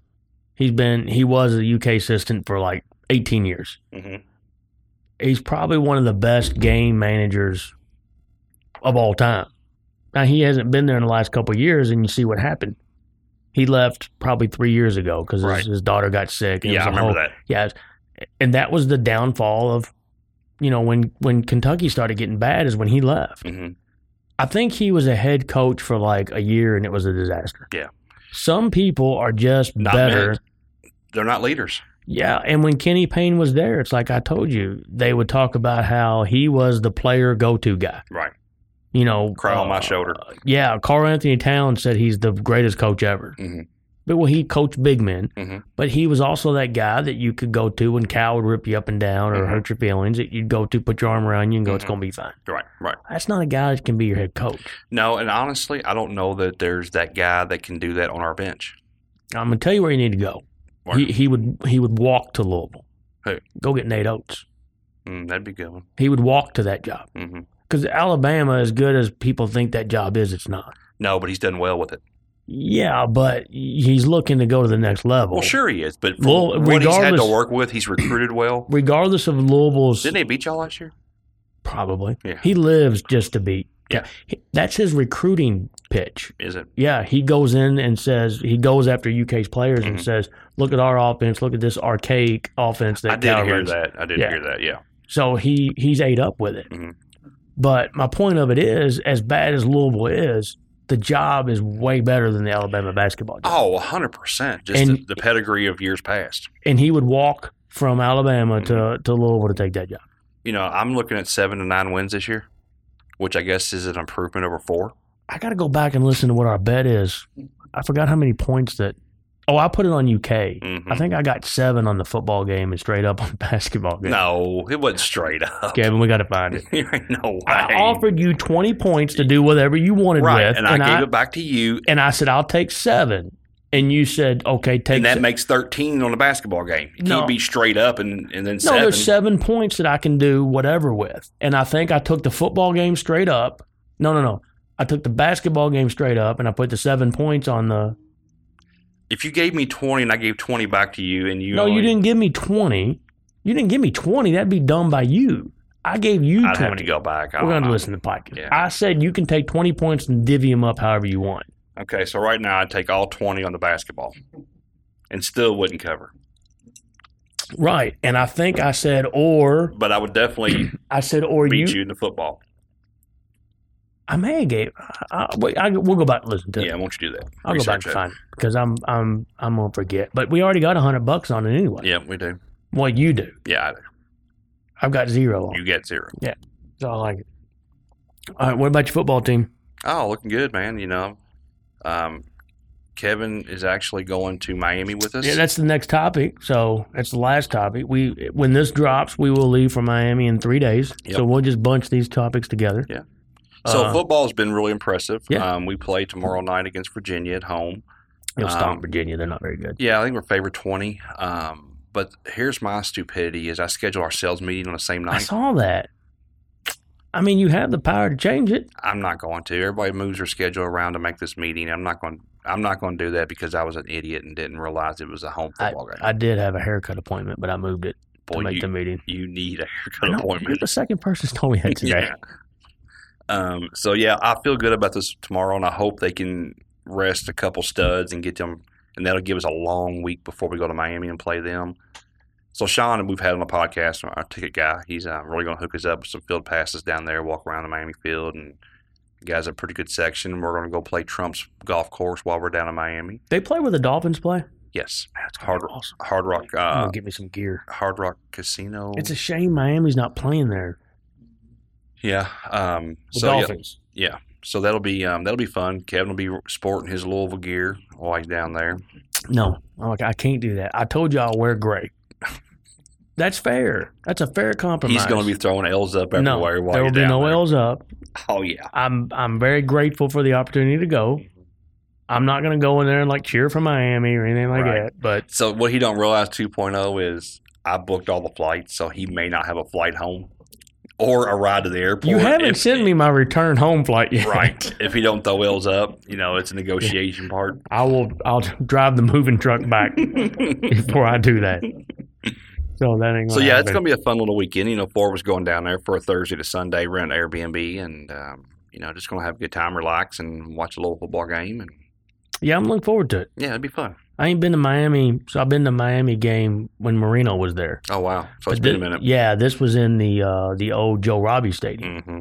Speaker 2: He's been. He was a UK assistant for like 18 years.
Speaker 1: Mhm.
Speaker 2: He's probably one of the best game managers of all time. Now he hasn't been there in the last couple of years, and you see what happened. He left probably three years ago because
Speaker 1: Right.
Speaker 2: his, his daughter got sick. and it
Speaker 1: Yeah, I
Speaker 2: was a
Speaker 1: remember
Speaker 2: whole-
Speaker 1: that.
Speaker 2: Yeah, and that was the downfall of, you know, when when Kentucky started getting bad is when he left.
Speaker 1: hmm
Speaker 2: I think he was a head coach for like a year and it was a disaster.
Speaker 1: Yeah.
Speaker 2: Some people are just
Speaker 1: Not
Speaker 2: better.
Speaker 1: meant. They're not leaders.
Speaker 2: Yeah, and when Kenny Payne was there, it's like I told you, they would talk about how he was the player go-to guy.
Speaker 1: Right.
Speaker 2: You know,
Speaker 1: Cry on my
Speaker 2: uh,
Speaker 1: shoulder.
Speaker 2: yeah, Carl Anthony Towns said he's the greatest coach ever.
Speaker 1: Mhm.
Speaker 2: But well, he coached big men,
Speaker 1: Mhm.
Speaker 2: but he was also that guy that you could go to when Cal would rip you up and down or
Speaker 1: Mhm.
Speaker 2: hurt your feelings. That you'd go to, put your arm around you, and go, "It's
Speaker 1: Mhm.
Speaker 2: gonna be fine."
Speaker 1: Right, right.
Speaker 2: That's not a guy that can be your head coach.
Speaker 1: No, and honestly, I don't know that there's that guy that can do that on our bench.
Speaker 2: I'm gonna tell you where you need to go.
Speaker 1: Or-
Speaker 2: He he would he would walk to Louisville.
Speaker 1: Who?
Speaker 2: Go get Nate Oates.
Speaker 1: Mm, that'd be a good one.
Speaker 2: He would walk to that job
Speaker 1: hmm
Speaker 2: because Alabama, as good as people think that job is, it's not.
Speaker 1: No, but he's done well with it.
Speaker 2: Yeah, but he's looking to go to the next level.
Speaker 1: Well, sure he is, but for what
Speaker 2: Well,
Speaker 1: he's had to
Speaker 2: regardless-
Speaker 1: work with, he's recruited
Speaker 2: *coughs*
Speaker 1: well.
Speaker 2: Regardless of Louisville's,
Speaker 1: Didn't they beat y'all last year?
Speaker 2: probably
Speaker 1: Yeah.
Speaker 2: he lives just to beat.
Speaker 1: Yeah.
Speaker 2: He- that's his recruiting pitch.
Speaker 1: Is it?
Speaker 2: Yeah, he goes in and says he goes after UK's players
Speaker 1: Mhm.
Speaker 2: and says, "Look at our offense. Look at this archaic offense that
Speaker 1: I did
Speaker 2: Cal
Speaker 1: hear
Speaker 2: runs."
Speaker 1: that. I did
Speaker 2: Yeah.
Speaker 1: hear that. Yeah.
Speaker 2: So he he's ate up with it.
Speaker 1: Mhm.
Speaker 2: But my point of it is, as bad as Louisville is, the job is way better than the Alabama basketball job.
Speaker 1: Oh, 100%. Just
Speaker 2: And-
Speaker 1: the, the pedigree of years past.
Speaker 2: And he would walk from Alabama
Speaker 1: Mm-hmm.
Speaker 2: to, to Louisville to take that job.
Speaker 1: You know, I'm looking at seven to nine wins this year, which I guess is an improvement over four.
Speaker 2: I got to go back and listen to what our bet is. I forgot how many points that. Oh, I put it on UK.
Speaker 1: Mhm.
Speaker 2: I think I got seven on the football game and straight up on *laughs* the basketball game.
Speaker 1: No, it wasn't straight up. *laughs*
Speaker 2: Gavin, we got to find it.
Speaker 1: there ain't no way.
Speaker 2: I offered you 20 points to do whatever you wanted
Speaker 1: right,
Speaker 2: with.
Speaker 1: and I gave it back to you.
Speaker 2: and I said, I'll take seven. and you said, okay, take
Speaker 1: and that
Speaker 2: se-
Speaker 1: makes 13 on a basketball game. It
Speaker 2: No.
Speaker 1: can't be straight up and, and then
Speaker 2: no,
Speaker 1: seven.
Speaker 2: there's seven points that I can do whatever with. And I think I took the football game straight up. No, no, no. I took the basketball game straight up and I put the seven points on the.
Speaker 1: If you gave me 20 and I gave 20 back to you and you
Speaker 2: no, you
Speaker 1: only-
Speaker 2: didn't give me 20. You didn't give me 20. That'd be dumb by you. I gave you
Speaker 1: I'd
Speaker 2: 20.
Speaker 1: have to go back. Uh-uh. I don't
Speaker 2: We're going to
Speaker 1: know.
Speaker 2: listen to the podcast.
Speaker 1: Yeah.
Speaker 2: I said you can take 20 points and divvy them up however you want.
Speaker 1: Okay, so right now I'd take all 20 on the basketball and still wouldn't cover.
Speaker 2: Right. And I think I said, or
Speaker 1: But I would
Speaker 2: *clears throat*
Speaker 1: definitely
Speaker 2: I said, or you,
Speaker 1: beat you in the football.
Speaker 2: I may have gave. I, I, wait, I, we'll go back and listen to it.
Speaker 1: Yeah, I want you to do that.
Speaker 2: I'll go back
Speaker 1: Research
Speaker 2: to
Speaker 1: it.
Speaker 2: find because I'm I'm I'm gonna forget. But we already got a hundred bucks on it anyway.
Speaker 1: Yeah, we do.
Speaker 2: Well, you do.
Speaker 1: Yeah, I do.
Speaker 2: I've got zero on. it.
Speaker 1: you get zero.
Speaker 2: So I like it. All right. What about your football team?
Speaker 1: Oh, looking good, man. You know, um, Kevin is actually going to Miami with us.
Speaker 2: Yeah, that's the next topic. So that's the last topic. We when this drops, we will leave for Miami in three days.
Speaker 1: Yep.
Speaker 2: So we'll just bunch these topics together.
Speaker 1: Yeah. so
Speaker 2: uh,
Speaker 1: football's been really impressive.
Speaker 2: Yeah.
Speaker 1: Um, we play tomorrow night against Virginia at home.
Speaker 2: You'll stomp
Speaker 1: um,
Speaker 2: Virginia. They're not very good.
Speaker 1: Yeah, I think we're favored twenty. Um, but here's my stupidity: is I schedule our sales meeting on the same
Speaker 2: I *laughs*
Speaker 1: night.
Speaker 2: saw that. I mean, you have the power to change it.
Speaker 1: I'm not going to. Everybody moves their schedule around to make this meeting. I'm not going. I'm not going to do that because I was an idiot and didn't realize it was a home football game.
Speaker 2: I did have a haircut appointment, but I moved it
Speaker 1: Boy,
Speaker 2: to make
Speaker 1: you,
Speaker 2: the meeting.
Speaker 1: you need a haircut
Speaker 2: No, you're
Speaker 1: appointment.
Speaker 2: the second person that's told me
Speaker 1: *laughs*
Speaker 2: that today.
Speaker 1: Um, so yeah, I feel good about this tomorrow, and I hope they can rest a couple studs and get them, and that'll give us a long week before we go to Miami and play them. So Sean, we've had on the podcast, our ticket guy, he's uh, really going to hook us up with some field passes down there, walk around the Miami field, and the guys a pretty good section. We're going to go play Trump's golf course while we're down in Miami.
Speaker 2: They play where the Dolphins play.
Speaker 1: Yes,
Speaker 2: That's
Speaker 1: gonna be
Speaker 2: awesome.
Speaker 1: Hard Rock,
Speaker 2: I'm
Speaker 1: uh,
Speaker 2: gonna get me some gear.
Speaker 1: Hard Rock Casino.
Speaker 2: Oh, It's a shame Miami's not playing there.
Speaker 1: yeah. Um,
Speaker 2: The
Speaker 1: so yeah,
Speaker 2: Dolphins.
Speaker 1: Yeah, so that'll be um, that'll be fun. Kevin will be sporting his Louisville gear while he's down there.
Speaker 2: No, I'm like I can't do that. I told you I'll wear gray. *laughs* That's fair. That's a fair compromise.
Speaker 1: He's going to be throwing L's up
Speaker 2: no.
Speaker 1: everywhere while
Speaker 2: There will
Speaker 1: he's
Speaker 2: be
Speaker 1: down
Speaker 2: no
Speaker 1: there.
Speaker 2: L's up.
Speaker 1: Oh yeah,
Speaker 2: I'm I'm very grateful for the opportunity to go. I'm not going to go in there and like cheer for Miami or anything like
Speaker 1: Right.
Speaker 2: that. But
Speaker 1: So what he don't realize 2.0 is I booked all the flights, so he may not have a flight home or a ride to the airport.
Speaker 2: you haven't
Speaker 1: if-
Speaker 2: sent me my return home flight yet.
Speaker 1: right if he don't throw L's up. You know, it's a negotiation part.
Speaker 2: *laughs* I will. I'll drive the moving truck back *laughs* before I do that. So that ain't.
Speaker 1: So yeah, it's gonna be a fun little weekend. You know, four of us going down there for a Thursday to Sunday, rent an Airbnb, and um, you know, just gonna have a good time, relax, and watch a little football game, and
Speaker 2: Yeah, I'm looking forward to it.
Speaker 1: yeah, it'd be fun.
Speaker 2: I ain't been to Miami, so I've been to Miami game when Marino was there.
Speaker 1: Oh wow, so it's
Speaker 2: But
Speaker 1: been a
Speaker 2: thi-
Speaker 1: minute.
Speaker 2: Yeah, this was in the uh, the old Joe Robbie Stadium
Speaker 1: hmm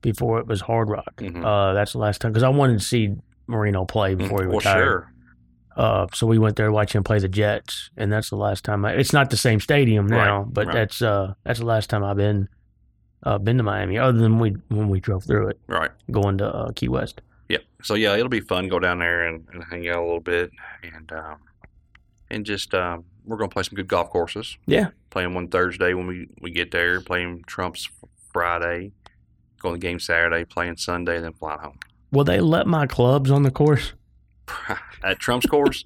Speaker 2: before it was Hard Rock.
Speaker 1: Mhm.
Speaker 2: Uh, that's the last time because I wanted to see Marino play before he
Speaker 1: Mm, Well,
Speaker 2: retired.
Speaker 1: sure,
Speaker 2: Uh, so we went there to watch him play the Jets, and that's the last time. I, it's not the same stadium now,
Speaker 1: Right,
Speaker 2: but
Speaker 1: right.
Speaker 2: that's uh, that's the last time I've been uh, been to Miami, other than we when we drove through it
Speaker 1: right?
Speaker 2: going to uh, Key West.
Speaker 1: Yep. So yeah, it'll be fun. Go down there and, and hang out a little bit, and um, and just um, we're gonna play some good golf courses.
Speaker 2: Yeah.
Speaker 1: playing one Thursday when we we get there. Playing Trump's Friday, going to the game Saturday, playing Sunday, then flying home. *laughs*
Speaker 2: Will they let my clubs on the course?
Speaker 1: At Trump's
Speaker 2: *laughs*
Speaker 1: course,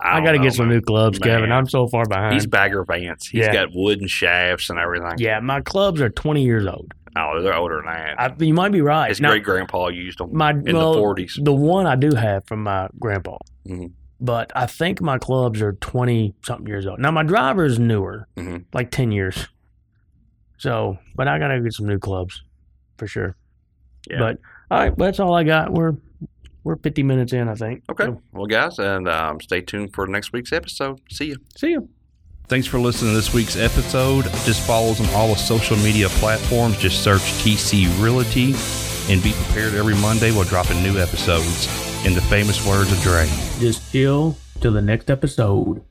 Speaker 2: I,
Speaker 1: don't
Speaker 2: got to
Speaker 1: know,
Speaker 2: get some
Speaker 1: man.
Speaker 2: new clubs,
Speaker 1: Man.
Speaker 2: Kevin. I'm so far behind.
Speaker 1: He's Bagger Vance. He's
Speaker 2: Yeah.
Speaker 1: got wooden shafts and everything.
Speaker 2: yeah, my clubs are 20 years old.
Speaker 1: Oh, they're older than that.
Speaker 2: I, you might be right.
Speaker 1: His
Speaker 2: Now,
Speaker 1: great grandpa used them
Speaker 2: my
Speaker 1: in
Speaker 2: well,
Speaker 1: the 40s.
Speaker 2: the one I do have from my grandpa,
Speaker 1: Mhm.
Speaker 2: but I think my clubs are 20 something years old. Now my driver is newer,
Speaker 1: Mhm.
Speaker 2: like 10 years. So, but I gotta get some new clubs for sure.
Speaker 1: Yeah.
Speaker 2: But all right, that's all I got. We're we're 50 minutes in, I think.
Speaker 1: Okay.
Speaker 2: So,
Speaker 1: Well, guys, and um, stay tuned for next week's episode. See you.
Speaker 2: see you.
Speaker 3: Thanks for listening to this week's episode. Just follow us on all the social media platforms. Just search TC Realty and be prepared every Monday. We'll drop in new episodes in the famous words of Dre.
Speaker 2: Just chill till the next episode.